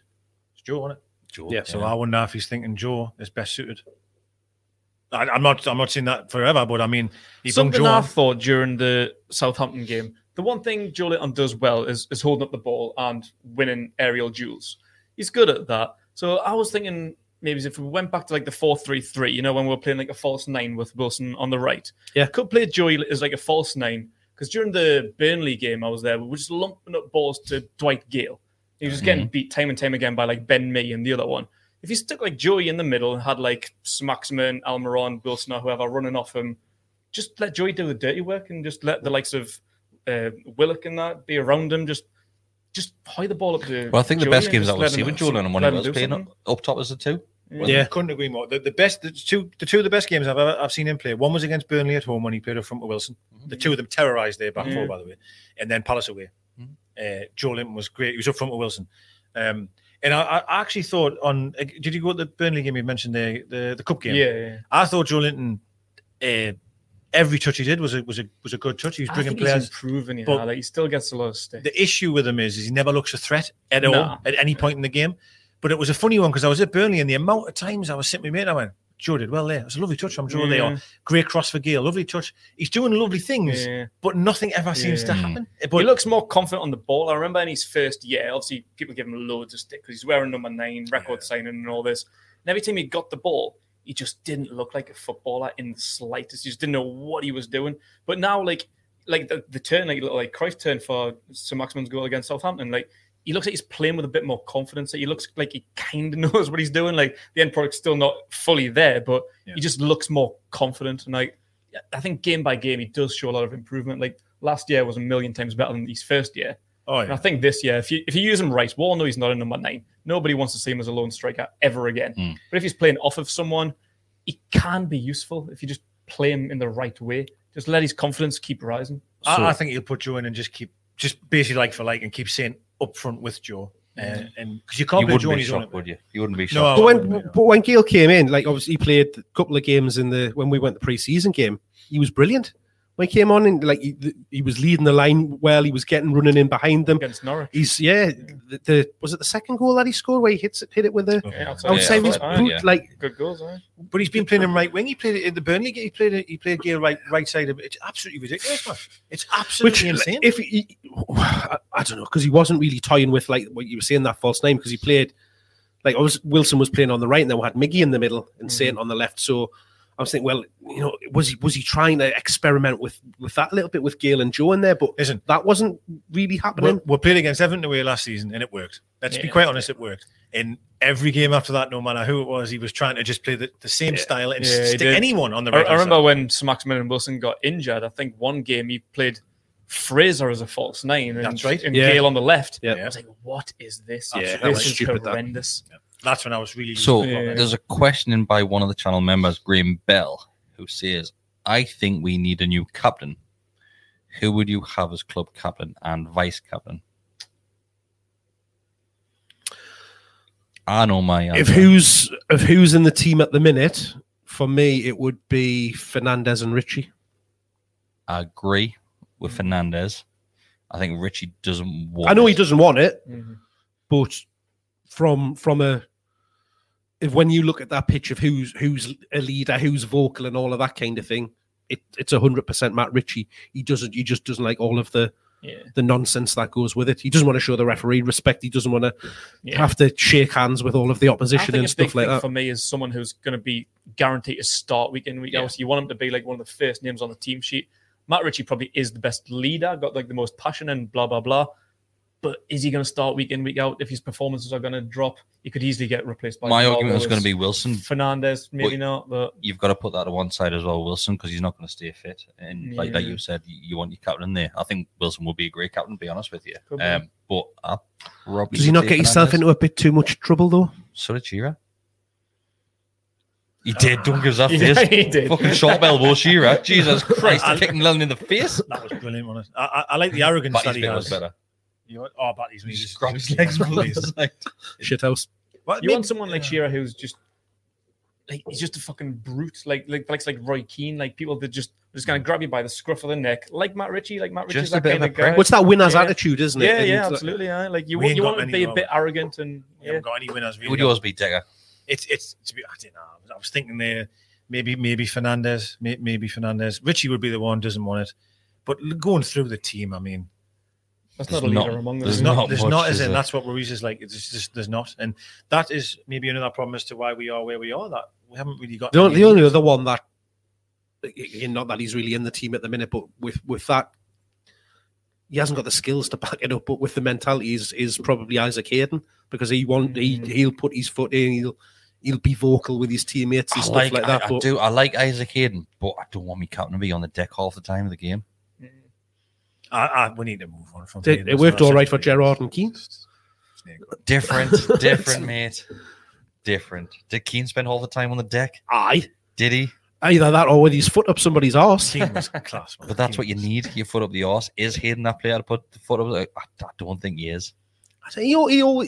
Speaker 5: It's Joe, wasn't it?
Speaker 3: Joe,
Speaker 4: Yeah,
Speaker 5: So I wonder if he's thinking Joe is best suited. I, I'm not. I'm not saying that forever, but I mean, he brought
Speaker 6: something
Speaker 5: Joe.
Speaker 6: I
Speaker 5: on.
Speaker 6: thought during the Southampton game. The one thing Joe Linton does well is, is holding up the ball and winning aerial duels. He's good at that. So I was thinking maybe if we went back to like the 4 3 3, you know, when we were playing like a false nine with Wilson on the right.
Speaker 4: Yeah.
Speaker 6: Could play Joey as like a false nine because during the Burnley game I was there, we were just lumping up balls to Dwight Gale. He was getting beat time and time again by like Ben Mee and the other one. if you stuck like Joey in the middle and had like Smaxman, Almiron, Wilson, or whoever running off him, just let Joey do the dirty work and just let the likes of uh, Willock and that be around him. Just just high the ball up to.
Speaker 3: Well, I think the
Speaker 6: Joey
Speaker 3: best
Speaker 6: and
Speaker 3: games
Speaker 6: just
Speaker 3: I
Speaker 6: let
Speaker 3: would see
Speaker 6: him-
Speaker 3: with Jordan and one
Speaker 6: let
Speaker 3: of
Speaker 6: him
Speaker 3: us
Speaker 6: do
Speaker 3: playing up,
Speaker 6: something.
Speaker 3: up top as the two.
Speaker 4: Yeah.
Speaker 5: couldn't agree more. The, the best, the two, the two of the best games I've ever I've seen him play. One was against Burnley at home when he played up front with Wilson. The two of them terrorised their back
Speaker 6: Mm-hmm. Yeah. Mm-hmm.
Speaker 5: four, by the way, and then Palace away. Uh, Joe Linton was great. He was up front with Wilson, um, and I, I actually thought on. uh, Did you go to the Burnley game? You mentioned the the, the cup game.
Speaker 6: Yeah, yeah.
Speaker 5: I thought Joe Linton. Uh, every touch he did was a was a was a good touch. He was
Speaker 6: I
Speaker 5: bringing
Speaker 6: think
Speaker 5: players.
Speaker 6: he's improving, you
Speaker 5: but-
Speaker 6: know, like he still gets a lot of stick.
Speaker 5: The issue with him is, is he never looks a threat at
Speaker 6: Nah.
Speaker 5: all at any point in the game. But it was a funny one because I was at Burnley and the amount of times I was sitting with me and I went, Joe did well there. It was a lovely touch from Joe there.
Speaker 6: Yeah.
Speaker 5: Or, Great cross for Gale. Lovely touch. He's doing lovely things,
Speaker 6: Yeah.
Speaker 5: but nothing ever seems to
Speaker 3: Yeah.
Speaker 5: happen. But
Speaker 6: he looks more confident on the ball. I remember in his first year, obviously people give him loads of stick because he's wearing number nine, record signing, and all this. And every time he got the ball, he just didn't look like a footballer in the slightest. He just didn't know what he was doing. But now, like, like the, the turn, like little like Cruyff turn for Sir Maximin's goal against Southampton, like he looks like he's playing with a bit more confidence. Like, he looks like he kind of knows what he's doing. Like the end product's still not fully there, but
Speaker 5: Yeah.
Speaker 6: he just looks more confident. And like I think game by game, he does show a lot of improvement. Like last year was a million times better than his first year.
Speaker 5: oh,
Speaker 6: And I
Speaker 5: yeah.
Speaker 6: think this year, if you if you use him right, we all know he's not a number nine. Nobody wants to see him as a lone striker ever again.
Speaker 3: Mm.
Speaker 6: But if he's playing off of someone, he can be useful if you just play him in the right way. Just let his confidence keep rising.
Speaker 5: I, I think he'll put Joe in and just keep, just basically like for like and keep saying up front with Joe. Uh, and because you can't
Speaker 3: You
Speaker 5: play Joe
Speaker 3: wouldn't
Speaker 5: on
Speaker 3: be
Speaker 5: his own.
Speaker 3: shocked, would you? You wouldn't be
Speaker 5: No,
Speaker 3: shocked.
Speaker 5: I
Speaker 4: But when
Speaker 5: wouldn't, no.
Speaker 4: but when Gale came in, like obviously he played a couple of games in the when we went the preseason game, he was brilliant. When he came on and like he, he was leading the line well, he was getting running in behind them.
Speaker 6: Against Norwich.
Speaker 4: He's yeah, the, the was it the second goal that he scored where he hits it, hit it with the
Speaker 5: Okay.
Speaker 6: Yeah, outside.
Speaker 3: I would
Speaker 4: outside
Speaker 3: say
Speaker 4: of his
Speaker 6: Yeah.
Speaker 4: boot,
Speaker 3: yeah.
Speaker 4: like
Speaker 6: Good goals, eh?
Speaker 5: But he's been playing him right wing. He played it in the Burnley game. He played it. He played Gale right right side of it. It's absolutely ridiculous, man. It's absolutely
Speaker 4: Which,
Speaker 5: insane.
Speaker 4: if he, I, I don't know, because he wasn't really toying with like what you were saying that false name because he played like I was Wilson was playing on the right and then we had Miggy in the middle and Saint on the left. So I was thinking, well, you know, was he was he trying to experiment with with that a little bit with Gail and Joe in there? But
Speaker 5: Listen.
Speaker 4: that wasn't really
Speaker 5: we,
Speaker 4: happening.
Speaker 5: we played against Everton away last season and it worked. Let's be
Speaker 6: Yeah.
Speaker 5: quite honest, it worked. In every game after that, no matter who it was, he was trying to just play the, the same style and
Speaker 6: Yeah, he
Speaker 5: stick
Speaker 6: did.
Speaker 5: anyone on the
Speaker 6: I,
Speaker 5: right.
Speaker 6: I remember when Smaxman and Wilson got injured. I think one game he played Fraser as a false nine, and,
Speaker 5: That's right.
Speaker 6: and
Speaker 4: Yeah.
Speaker 6: Gale on the left.
Speaker 4: Yeah.
Speaker 6: I was like, "What is this?
Speaker 5: Yeah, that
Speaker 6: this
Speaker 5: was
Speaker 6: is
Speaker 4: stupid, that.
Speaker 6: horrendous."
Speaker 5: That's when I was really
Speaker 3: So
Speaker 6: Yeah.
Speaker 3: there's a question in by one of the channel members, Graham Bell, who says, "I think we need a new captain. Who would you have as club captain and vice captain?" I know my
Speaker 4: If
Speaker 3: answer.
Speaker 4: who's if who's in the team at the minute, for me it would be Fernandez and Richie.
Speaker 3: I agree with Fernandez. I think Richie doesn't want.
Speaker 4: I know he
Speaker 3: it.
Speaker 4: doesn't want it,
Speaker 6: Mhm.
Speaker 4: but from from a if when you look at that pitch of who's who's a leader, who's vocal, and all of that kind of thing, it, it's hundred percent Matt Ritchie. He doesn't. He just doesn't like all of the
Speaker 6: Yeah.
Speaker 4: the nonsense that goes with it. He doesn't want to show the referee respect. He doesn't want to
Speaker 6: Yeah.
Speaker 4: have to shake hands with all of the
Speaker 6: I
Speaker 4: opposition
Speaker 6: think
Speaker 4: and
Speaker 6: a big
Speaker 4: stuff like
Speaker 6: thing
Speaker 4: that.
Speaker 6: For me, is someone who's going to be guaranteed to start week in week out. So you want him to be like one of the first names on the team sheet. Matt Ritchie probably is the best leader, got like the most passion and blah blah blah. But is he going to start week in week out? If his performances are going to drop, he could easily get replaced by.
Speaker 3: My
Speaker 6: Carlos,
Speaker 3: argument was going to be Wilson.
Speaker 6: Fernandez, maybe
Speaker 3: Well,
Speaker 6: not. But
Speaker 3: You've got to put that to one side as well, Wilson, because he's not going to stay fit. And like, like
Speaker 6: Yeah.
Speaker 3: you said, you, you want your captain in there. I think Wilson would be a great captain, to be honest with you.
Speaker 6: Could be.
Speaker 3: Um, but I probably
Speaker 4: Does he
Speaker 3: would
Speaker 4: not
Speaker 3: say
Speaker 4: get himself
Speaker 3: Fernandes.
Speaker 4: into a bit too much trouble though?
Speaker 3: So did Shearer. He did. Don't give us that
Speaker 6: Yeah,
Speaker 3: face.
Speaker 6: he did.
Speaker 3: Fucking short elbow Shearer. Jesus Christ, he kicked Lennon in the face.
Speaker 5: that was brilliant. Honest. I, I, I like the arrogance
Speaker 3: But his
Speaker 5: that he
Speaker 3: bit was
Speaker 5: has.
Speaker 3: better.
Speaker 5: You know what? oh, but he's
Speaker 3: He
Speaker 5: really
Speaker 3: just grabbed his legs.
Speaker 5: Yeah,
Speaker 3: with
Speaker 5: please.
Speaker 3: his leg.
Speaker 4: Shithouse.
Speaker 5: What,
Speaker 6: you
Speaker 5: mate,
Speaker 6: want someone like Shearer who's just like he's just a fucking brute, like like like, like Roy Keane, like people that just just going to grab you by the scruff of the neck, like Matt Ritchie, like Matt Ritchie's
Speaker 3: Just a
Speaker 6: that
Speaker 3: bit
Speaker 6: kind
Speaker 3: of
Speaker 6: of,
Speaker 3: a
Speaker 6: guy.
Speaker 3: prick.
Speaker 4: What's that winner's
Speaker 6: Yeah.
Speaker 4: attitude, isn't it?
Speaker 6: Yeah,
Speaker 4: And
Speaker 6: yeah,
Speaker 4: it's like-
Speaker 6: absolutely. yeah. Like you,
Speaker 5: We
Speaker 6: want
Speaker 5: ain't
Speaker 6: you
Speaker 5: got
Speaker 6: want him to
Speaker 5: many,
Speaker 6: be a
Speaker 5: are
Speaker 6: bit arrogant and
Speaker 5: we
Speaker 6: yeah.
Speaker 5: haven't got any winners.
Speaker 3: It
Speaker 5: Really.
Speaker 3: would yours be Decker?
Speaker 5: It's it's. To be, I don't know. I was thinking there, maybe maybe Fernandez, may- maybe Fernandez. Richie would be the one who doesn't want it. But going through the team, I mean,
Speaker 6: that's
Speaker 3: There's
Speaker 6: not a leader
Speaker 3: not-
Speaker 6: among them.
Speaker 3: there's
Speaker 5: There's not,
Speaker 3: not
Speaker 5: there's
Speaker 3: much,
Speaker 5: not,
Speaker 3: is
Speaker 5: as in
Speaker 3: there?
Speaker 5: that's what Ruiz is like. It's just there's not, and that is maybe another problem as to why we are where we are. That we haven't really got
Speaker 4: The, on-
Speaker 5: any-
Speaker 4: the only other one that, not that he's really in the team at the minute, but with with that he hasn't got the skills to back it up, but with the mentality is, is probably Isaac Hayden because he want he
Speaker 3: Mm.
Speaker 4: he'll put his foot in, he'll he'll be vocal with his teammates and
Speaker 3: I
Speaker 4: stuff
Speaker 3: like,
Speaker 4: like,
Speaker 3: I-
Speaker 4: that.
Speaker 3: I,
Speaker 4: but
Speaker 3: do. I like Isaac Hayden, but I don't want me captain to be on the deck half the time of the game.
Speaker 5: I, I, we need to move on from
Speaker 4: it, it worked all right for Gerard and Keane.
Speaker 3: Different, different, mate. Different. Did Keane spend all the time on the deck?
Speaker 4: Aye,
Speaker 3: Did he?
Speaker 4: either that or with his foot up somebody's arse.
Speaker 5: Keane was class, man.
Speaker 3: But that's what you
Speaker 5: Keane was-
Speaker 3: need. Your foot up the arse. Is Hayden that player to put the foot up? the- I, I don't think he is.
Speaker 4: He, al- he, al-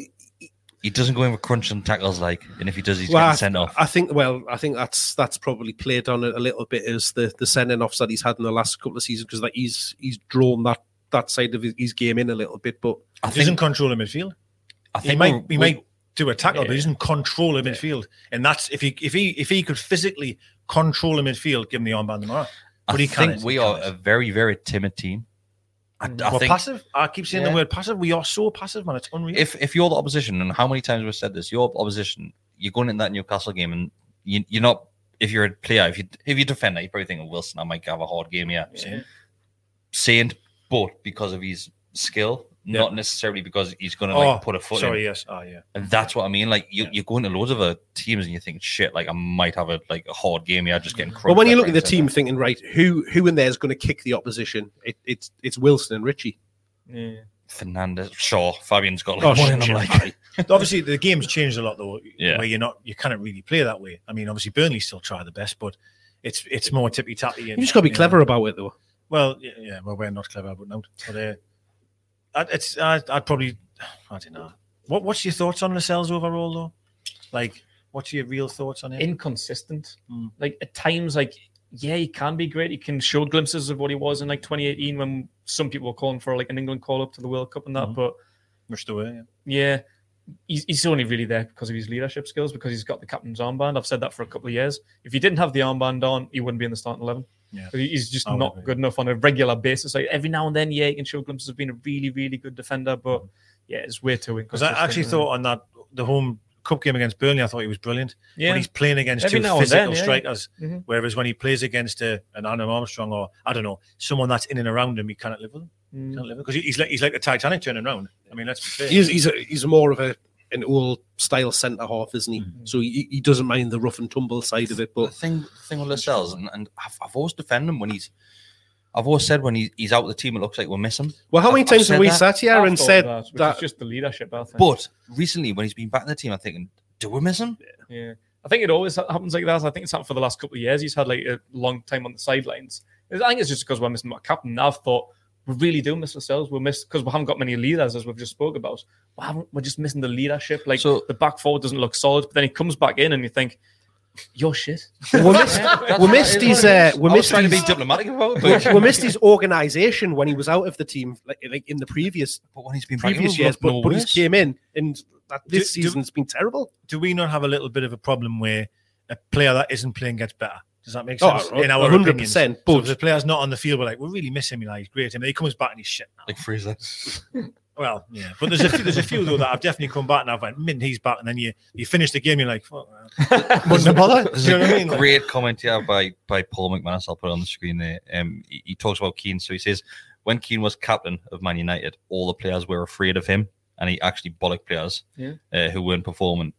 Speaker 3: He doesn't go in with crunching tackles like, and if he does, he's
Speaker 4: Well,
Speaker 3: getting sent off.
Speaker 4: I think well, I think that's that's probably played on it a little bit as the the sending offs that he's had in the last couple of seasons because that he's he's drawn that that side of his, his game in a little bit. But
Speaker 3: I
Speaker 5: He doesn't
Speaker 3: think.
Speaker 5: control the midfield.
Speaker 3: I
Speaker 5: He
Speaker 3: think
Speaker 5: might
Speaker 3: we
Speaker 5: he
Speaker 3: might.
Speaker 5: might do a tackle, but he doesn't control a midfield. And that's if he if he if he could physically control a midfield, give him the armband tomorrow. But
Speaker 3: I
Speaker 5: he can't.
Speaker 3: think we are a very, very timid team. I, I
Speaker 5: We're
Speaker 3: think
Speaker 5: passive. I keep saying
Speaker 3: Yeah.
Speaker 5: the word passive. We are so passive, man. It's unreal.
Speaker 3: if if you're the opposition, and how many times we've said this, your opposition, you're going in that Newcastle game, and you, you're not. If you're a player, if you if you defend that, you're probably thinking Wilson, I might have a hard game here.
Speaker 5: Same.
Speaker 3: Saint, but because of his skill, not necessarily because he's going to like put a foot
Speaker 5: sorry,
Speaker 3: in.
Speaker 5: yes. Oh, yeah.
Speaker 3: And that's what I mean. Like you, you're going to loads of other teams, and you think, shit, like I might have a like a hard game here, just getting.
Speaker 4: well,
Speaker 3: crunched
Speaker 4: when you
Speaker 3: left,
Speaker 4: look
Speaker 3: right,
Speaker 4: at the
Speaker 3: and
Speaker 4: team,
Speaker 3: centre.
Speaker 4: thinking right, who who in there is going to kick the opposition? It, it's it's Wilson and Richie.
Speaker 6: Yeah.
Speaker 3: Fernandez, Shaw, Fabian's got like
Speaker 4: Oh,
Speaker 3: one in them,
Speaker 4: shit.
Speaker 3: like
Speaker 5: Obviously, the game's changed a lot, though.
Speaker 3: Yeah.
Speaker 5: Where you're not, you can't really play that way. I mean, obviously, Burnley still try the best, but it's it's more tippy tappy.
Speaker 4: You just got to be clever about it, though.
Speaker 5: Well, yeah, yeah, well, we're not clever, but no. But uh, I'd- it's I'd, I'd probably I don't know. What What's your thoughts on Lascelles overall, though? Like, what's your real thoughts on him?
Speaker 6: Inconsistent.
Speaker 5: Mm.
Speaker 6: Like at times, like yeah, he can be great. He can show glimpses of what he was in like 2018 when some people were calling for like an England call up to the World Cup and that.
Speaker 5: Mhm.
Speaker 6: But
Speaker 5: Much the way, yeah.
Speaker 6: yeah, he's, he's only really there because of his leadership skills because he's got the captain's armband. I've said that for a couple of years. If he didn't have the armband on, he wouldn't be in the starting eleven.
Speaker 5: Yeah.
Speaker 6: He- he's just
Speaker 5: I would
Speaker 6: not
Speaker 5: agree.
Speaker 6: good enough on a regular basis. Like every now and then, yeah, he can show glimpses of being a really, really good defender, but yeah, it's way too
Speaker 5: Mm. Because
Speaker 6: inconsistent.
Speaker 5: I actually thought on that the home cup game against Burnley, I thought he was brilliant.
Speaker 6: yeah,
Speaker 5: When he's playing against
Speaker 6: Every
Speaker 5: two
Speaker 6: now and
Speaker 5: physical
Speaker 6: then, yeah.
Speaker 5: strikers,
Speaker 6: Mhm.
Speaker 5: whereas when he plays against a, an Adam Armstrong or I don't know someone that's in and around him, he cannot live with him.
Speaker 6: Mm.
Speaker 5: Can't live because he's like he's like the Titanic turning around. I mean, let's be fair.
Speaker 4: He's he's, a, he's more of a an old style centre half, isn't he? So he, he doesn't mind the rough and tumble side of it,
Speaker 3: But the
Speaker 4: but
Speaker 3: thing, the thing with Lascelles, and, and I've, I've always defended him when he's, I've always said when he, he's out of the team, it looks like we miss him.
Speaker 4: well, how many
Speaker 3: I've- I've
Speaker 4: times have
Speaker 3: said
Speaker 4: we
Speaker 3: that.
Speaker 4: sat
Speaker 6: I
Speaker 4: here and
Speaker 6: thought
Speaker 4: said
Speaker 6: that, which
Speaker 4: that
Speaker 6: is just the leadership. I think.
Speaker 3: But recently, when he's been back in the team, I'm thinking, do we miss him?
Speaker 6: Yeah, I think it always ha- happens like that. I think it's happened for the last couple of years. He's had like a long time on the sidelines. I think it's just because we're missing our captain. I've thought we really do miss ourselves. We're missed because we haven't got many leaders, as we've just spoke about. We haven't, we're just missing the leadership. Like
Speaker 3: So-
Speaker 6: the back forward doesn't look solid, but then he comes back in and you think, "You're shit."
Speaker 4: we missed we missed his uh, we
Speaker 3: I was
Speaker 4: missed
Speaker 3: trying to be
Speaker 4: his
Speaker 3: diplomatic about it, but,
Speaker 4: we, we missed his organisation when he was out of the team, like, like in the previous
Speaker 3: but when he's been back,
Speaker 4: previous
Speaker 3: he's
Speaker 4: years,
Speaker 3: looked
Speaker 4: but,
Speaker 3: no
Speaker 4: but he
Speaker 3: worse.
Speaker 4: came in and that this
Speaker 5: Do- do-
Speaker 4: season's been terrible.
Speaker 5: do we not have a little bit of a problem where a player that isn't playing gets better? Does that make
Speaker 4: Oh,
Speaker 5: sense?
Speaker 4: a-
Speaker 5: In our
Speaker 4: 100%,
Speaker 5: opinions. So
Speaker 4: but-
Speaker 5: if the player's not on the field, we're like, we really miss him. You know, he's great. And then he comes back and he's shit. now.
Speaker 3: like Fraser.
Speaker 5: Well, yeah. But there's a few, there's a few though that I've definitely come back and I've went, min, he's back. And then you you finish the game, you're like, fuck. man." Wouldn't have bothered. Do
Speaker 3: There's
Speaker 5: you know what I
Speaker 3: a
Speaker 5: mean? Like,
Speaker 3: great comment here by by Paul McManus. I'll put it on the screen there. Um, he, he talks about Keane. So he says, when Keane was captain of Man United, all the players were afraid of him, and he actually bollocked players
Speaker 6: Yeah.
Speaker 3: uh, who weren't performing.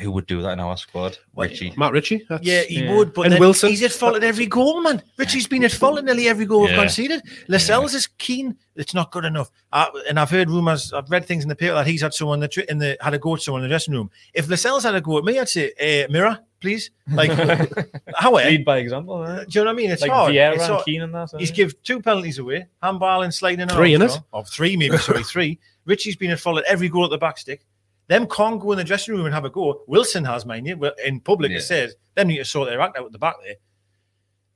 Speaker 3: Who would do that in our squad?
Speaker 5: Well,
Speaker 3: Richie.
Speaker 4: Matt Ritchie, that's-
Speaker 5: yeah, he
Speaker 6: Yeah.
Speaker 5: would. But
Speaker 4: And
Speaker 5: then
Speaker 4: Wilson?
Speaker 5: he's at fault at every goal, man. Richie's been at fault at nearly every goal
Speaker 3: Yeah.
Speaker 5: we've conceded. Lascelles is keen. It's not good enough. I, and I've heard rumors. I've read things in the paper that he's had someone in the, tri- in the had a go at someone in the dressing room. If Lascelles had a go at me, I'd say, eh, "Mirror, please." Like, however, do
Speaker 6: Lead by example. eh?
Speaker 5: you know what I mean? It's
Speaker 6: Like
Speaker 5: hard.
Speaker 6: Vieira
Speaker 5: It's
Speaker 6: and
Speaker 5: hard.
Speaker 6: Keane and that. eh?
Speaker 5: He's give two penalties away, handball and sliding in.
Speaker 4: Three,
Speaker 5: Armstrong.
Speaker 4: innit?
Speaker 5: Of three, maybe sorry, three. Richie's been at fault at every goal at the back stick. Them can't go in the dressing room and have a go. Wilson has, mind you, well, in public
Speaker 3: Yeah.
Speaker 5: it says them need to sort their act out at the back there.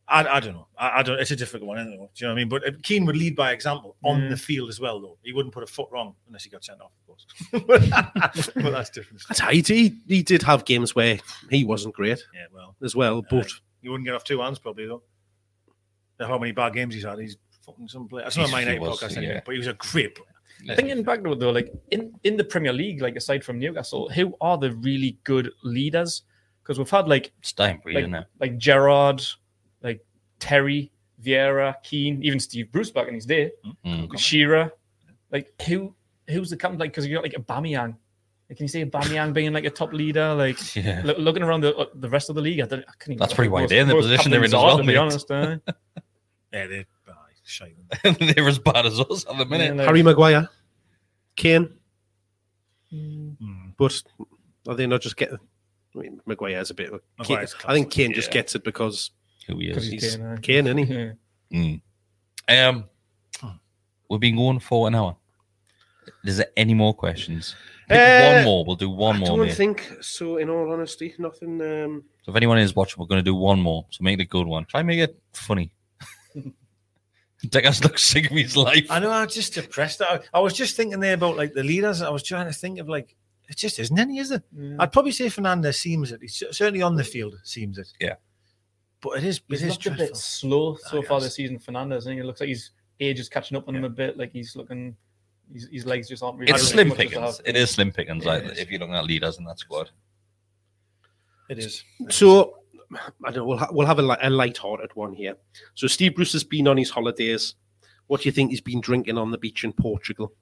Speaker 5: I, I don't know. I, I don't. It's a difficult one. I don't know. Do you know what I mean? But uh, Keane would lead by example on
Speaker 6: Mm.
Speaker 5: the field as well, though. He wouldn't put a foot wrong unless he got sent off, of course. but that's different.
Speaker 4: That's how he, he he did have games where he wasn't great
Speaker 5: Yeah, well,
Speaker 4: as well, but
Speaker 5: you wouldn't get off two hands probably though. Now, How many bad games he's had? He's fucking some player. That's not
Speaker 3: He's-
Speaker 5: my
Speaker 3: he
Speaker 5: night
Speaker 3: was,
Speaker 5: podcast anyway.
Speaker 3: yeah.
Speaker 5: But he was a great player.
Speaker 6: Thinking back to it though, like in, in the Premier League, like aside from Newcastle, who are the really good leaders? Because we've had like
Speaker 3: It's time for you,
Speaker 6: like,
Speaker 3: isn't it?
Speaker 6: like Gerard, like Terry, Vieira, Keane, even Steve Bruce back in his day, Mm. Shearer. Like who who's the captain? Like because you got like a Bamiyang. Like, can you say Bamiyang being like a top leader? Like
Speaker 3: Yeah.
Speaker 6: loo- looking around the uh, the rest of the league, I don't. I couldn't even
Speaker 3: That's pretty
Speaker 6: why
Speaker 3: wide in the position they're in as well,
Speaker 6: To be
Speaker 3: mate.
Speaker 6: honest, eh?
Speaker 5: Yeah, they're aye, shite.
Speaker 3: They're as bad as us at the minute.
Speaker 6: Yeah, like-
Speaker 4: Harry Maguire, Kane, but are they not just getting? I mean, Maguire's a bit. of a- Kane,
Speaker 5: Maguire's
Speaker 4: I think
Speaker 5: class,
Speaker 4: Kane just
Speaker 5: yeah.
Speaker 4: gets it because
Speaker 3: Who he
Speaker 6: Because
Speaker 3: is.
Speaker 6: he's
Speaker 4: he's
Speaker 6: Kane,
Speaker 4: Kane, eh?
Speaker 6: aye.
Speaker 4: isn't he?
Speaker 6: Yeah.
Speaker 3: Mm. Um, we've been going for an hour. Is there any more questions? Pick
Speaker 4: Uh,
Speaker 3: one more. We'll do one
Speaker 4: I
Speaker 3: more.
Speaker 4: don't
Speaker 3: mate.
Speaker 4: think so. In all honesty, nothing. Um,
Speaker 3: So if anyone is watching, we're going to do one more. So make it a good one. Try and make it funny. Deckers looks sick of his life.
Speaker 5: I know. I was just depressed. I, I was just thinking there about like the leaders. and I was trying to think of like it just isn't any, is it? I'd probably say Fernandez seems it. He's cer- certainly on the field seems it.
Speaker 3: Yeah.
Speaker 5: but it is.
Speaker 6: He's
Speaker 5: it is
Speaker 6: looked a
Speaker 5: dreadful.
Speaker 6: bit slow so
Speaker 5: I
Speaker 6: far
Speaker 5: guess.
Speaker 6: this season, Fernandez. And it looks like his age is catching up on him a bit. Like he's looking, his, his legs just aren't really.
Speaker 3: It's
Speaker 6: as
Speaker 3: slim
Speaker 6: much as they
Speaker 3: pickings.
Speaker 6: have
Speaker 3: It
Speaker 6: been.
Speaker 3: is slim pickings. like, if you're looking at leaders in that squad,
Speaker 5: It is.
Speaker 4: So I don't know. We'll ha- we'll have a, li- a light-hearted one here. So Steve Bruce has been on his holidays. What do you think he's been drinking on the beach in Portugal?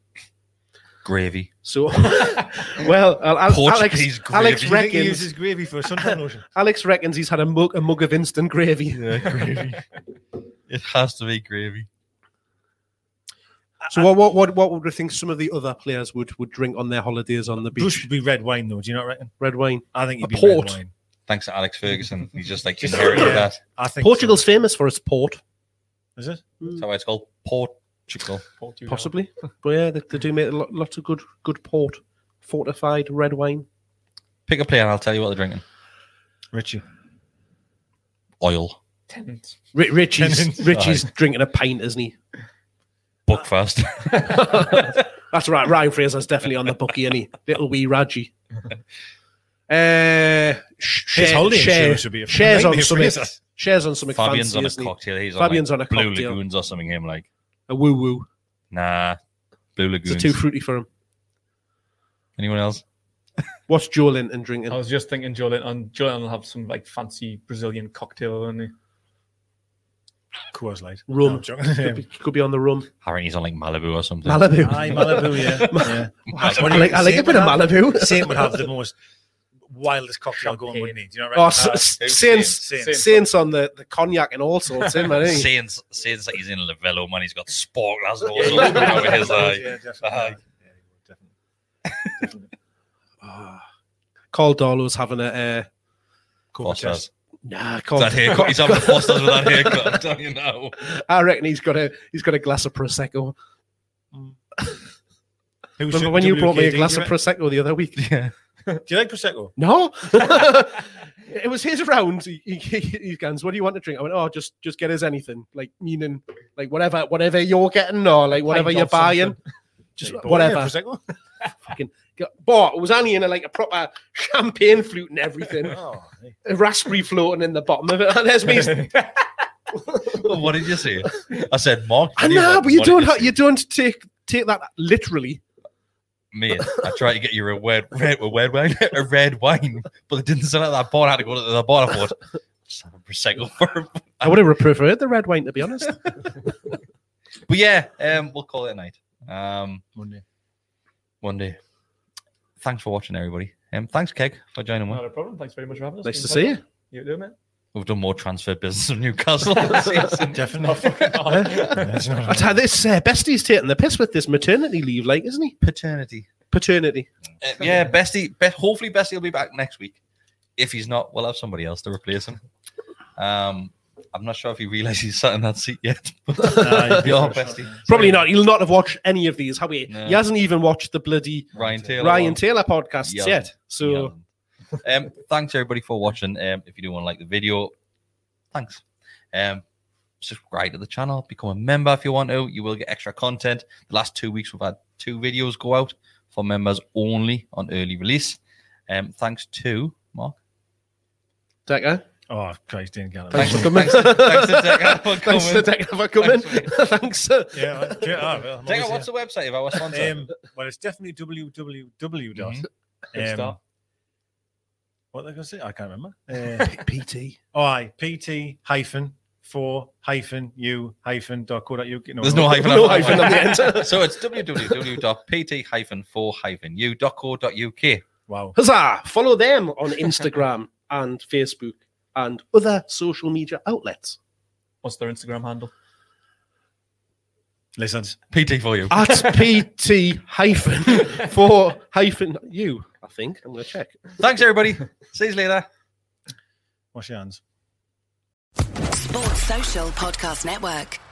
Speaker 3: gravy.
Speaker 4: So, well, uh, Al- Alex,
Speaker 3: Portuguese gravy.
Speaker 4: Alex
Speaker 3: You
Speaker 5: I think he
Speaker 4: reckons
Speaker 5: uses gravy for a suntan lotion.
Speaker 4: Alex reckons he's had a mug, a mug of instant gravy.
Speaker 3: It has to be gravy.
Speaker 4: So, what, what what what would we think some of the other players would would drink on their holidays on the beach?
Speaker 5: Bruce would be red wine though. Do you not reckon?
Speaker 4: Red wine.
Speaker 5: I think
Speaker 4: A
Speaker 5: he'd be
Speaker 4: port.
Speaker 5: red wine.
Speaker 3: Thanks to Alex Ferguson. He's just like
Speaker 5: Just-
Speaker 3: inherited
Speaker 5: yeah.
Speaker 3: that.
Speaker 5: I think
Speaker 4: Portugal's famous for its port,
Speaker 5: So. Is it?
Speaker 3: That's how it's called. Portugal.
Speaker 6: Portugal.
Speaker 4: possibly. but yeah, they, they do make lo- lots of good good port, fortified red wine.
Speaker 3: Pick a player and I'll tell you what they're drinking.
Speaker 5: Richie.
Speaker 3: Oil.
Speaker 6: Tenant.
Speaker 4: Ri Richie's
Speaker 5: Tennant's
Speaker 4: Richie's drinking a pint, isn't he?
Speaker 3: Buckfast.
Speaker 4: That's right. Ryan Fraser's definitely on the bookie, isn't he? Little wee Raji. Uh, sh-
Speaker 5: His holiday
Speaker 4: share,
Speaker 5: insurance would be a-
Speaker 4: shares
Speaker 5: might
Speaker 4: on
Speaker 5: be a
Speaker 4: some
Speaker 5: freezer.
Speaker 4: shares on some
Speaker 3: Fabian's
Speaker 4: fancy,
Speaker 3: on a
Speaker 4: isn't he?
Speaker 3: cocktail. He's
Speaker 4: Fabian's
Speaker 3: on,
Speaker 4: on
Speaker 3: like
Speaker 4: a
Speaker 3: Blue
Speaker 4: cocktail.
Speaker 3: Lagoons or something. Him like,
Speaker 4: A woo woo.
Speaker 3: nah, Blue
Speaker 4: It's a
Speaker 3: Lagoons.
Speaker 4: too fruity for him.
Speaker 3: Anyone else?
Speaker 4: What's Joe Linton drinking?
Speaker 6: I
Speaker 5: Oh,
Speaker 6: was just thinking, Jolin, and Jolin will have some like fancy Brazilian cocktail, won't he?
Speaker 5: Coors Light.
Speaker 4: Rum.
Speaker 5: No, I'm joking.
Speaker 4: could, be, could be on the rum.
Speaker 3: Harry, he's on like Malibu or something.
Speaker 4: Malibu.
Speaker 5: Aye, Malibu, yeah. yeah.
Speaker 4: I,
Speaker 5: What do you
Speaker 4: like, I like a
Speaker 5: think?
Speaker 4: bit of Malibu.
Speaker 5: Saint would have the most wildest cocktail going, wouldn't he? Do you know what I
Speaker 4: Oh,
Speaker 5: mean?
Speaker 4: s-
Speaker 5: Uh,
Speaker 4: s-
Speaker 3: who's
Speaker 4: Saints,
Speaker 5: Saint.
Speaker 6: Saint.
Speaker 4: Saints on the, the cognac and all sorts, isn't it? eh?
Speaker 3: Saying, saying that he's in Lavello, man. He's got sparklers and all sorts coming out of his eye.
Speaker 5: Yeah, definitely.
Speaker 3: Aye.
Speaker 5: Yeah, he would, definitely.
Speaker 4: Ah. Carl Darlow's having a. Uh,
Speaker 3: Fosters.
Speaker 4: nah, Carl,
Speaker 3: That haircut. He's having the Fosters with that haircut. I'm telling you now.
Speaker 4: I reckon he's got a he's got a glass of prosecco.
Speaker 5: Who
Speaker 4: Remember
Speaker 5: should
Speaker 4: when you brought me a
Speaker 5: WKD,
Speaker 4: glass
Speaker 5: do
Speaker 4: of
Speaker 5: you
Speaker 4: prosecco the other week?
Speaker 3: Yeah.
Speaker 5: reckon? Do you like prosecco?
Speaker 4: No, it was his round. He, he, he goes, "What do you want to drink?" I went, "Oh, just just get us anything, like meaning like whatever whatever you're getting or like whatever
Speaker 6: Pint
Speaker 4: you're
Speaker 6: of
Speaker 4: buying,
Speaker 6: something.
Speaker 4: just
Speaker 5: Like,
Speaker 4: whatever."
Speaker 5: yeah, prosecco.
Speaker 4: fucking got, but it was only in a, like a proper champagne flute and everything,
Speaker 5: Oh, hey.
Speaker 4: a raspberry floating in the bottom of it. And there's me.
Speaker 3: what did you say? I said, Mark.
Speaker 4: I
Speaker 3: what do you
Speaker 4: know,
Speaker 3: want?
Speaker 4: but you
Speaker 3: What did
Speaker 4: don't ha-
Speaker 3: say?
Speaker 4: you don't take take that literally.
Speaker 3: Mate, I tried to get you a red, red, a red wine, a red wine, but they didn't sell it at that bar. I had to go to the bar. I thought, just have a prosecco for him.
Speaker 4: I would have preferred the red wine to be honest.
Speaker 3: But yeah, um, we'll call it a night. Um,
Speaker 5: Monday.
Speaker 3: Monday. Thanks for watching, everybody. Um, thanks, Keg, for joining us.
Speaker 6: Not a problem. Thanks very much for having us.
Speaker 4: nice to
Speaker 6: Been a
Speaker 4: see you.
Speaker 6: pleasure. You do, mate.
Speaker 3: We've done more transfer business in Newcastle. this season.
Speaker 5: Definitely. That's not
Speaker 4: I tell you, this uh, bestie's taking the piss with this maternity leave, like, isn't he?
Speaker 3: Paternity.
Speaker 4: Paternity.
Speaker 3: Uh, yeah, Bestie. Be- hopefully, Bestie will be back next week. If he's not, we'll have somebody else to replace him. Um, I'm not sure if he realizes he's sat in that seat yet. But
Speaker 5: Aye,
Speaker 3: you're
Speaker 5: for sure.
Speaker 3: Bestie.
Speaker 4: Probably not. He'll not have watched any of these, have we?
Speaker 3: No.
Speaker 4: He hasn't even watched the bloody
Speaker 3: Ryan Taylor.
Speaker 4: Ryan
Speaker 3: one.
Speaker 4: Taylor podcasts
Speaker 3: Yeah.
Speaker 4: yet. So
Speaker 3: Yeah. um, thanks everybody for watching. Um, if you do want to like the video, thanks. Um, subscribe to the channel, become a member if you want to. You will get extra content. The last two weeks we've had two videos go out for members only on early release. Um, thanks to Mark.
Speaker 4: Decker,
Speaker 5: Oh, Christ, Dean Gallagher.
Speaker 4: thanks for coming.
Speaker 3: Thanks to, thanks to Decker for coming.
Speaker 4: Thanks to Decker for coming. Thanks. uh,
Speaker 5: Yeah, I- yeah, ah, well, I'm
Speaker 3: Decker,
Speaker 5: always
Speaker 3: what's the website of our
Speaker 5: here.
Speaker 3: sponsor?
Speaker 5: um, well, it's definitely www. dot
Speaker 3: Mhm.
Speaker 6: Good
Speaker 5: Um,
Speaker 6: start.
Speaker 5: what did I say? I can't remember. Uh,
Speaker 4: PT.
Speaker 5: oh, aye, pt hyphen for hyphen you hyphen dot co dot uk.
Speaker 3: There's no hyphen.
Speaker 4: No
Speaker 3: after
Speaker 4: hyphen
Speaker 3: that.
Speaker 4: on the end.
Speaker 3: So it's www.pt-4-u.co.uk.
Speaker 5: Wow.
Speaker 4: Huzzah! Follow them on Instagram and Facebook and other social media outlets.
Speaker 6: What's their Instagram handle?
Speaker 5: Lizards.
Speaker 3: PT for you.
Speaker 4: At PT hyphen for hyphen you, I think. I'm going to check.
Speaker 3: Thanks, everybody. See you later.
Speaker 5: Wash your hands.
Speaker 1: Sports Social Podcast Network.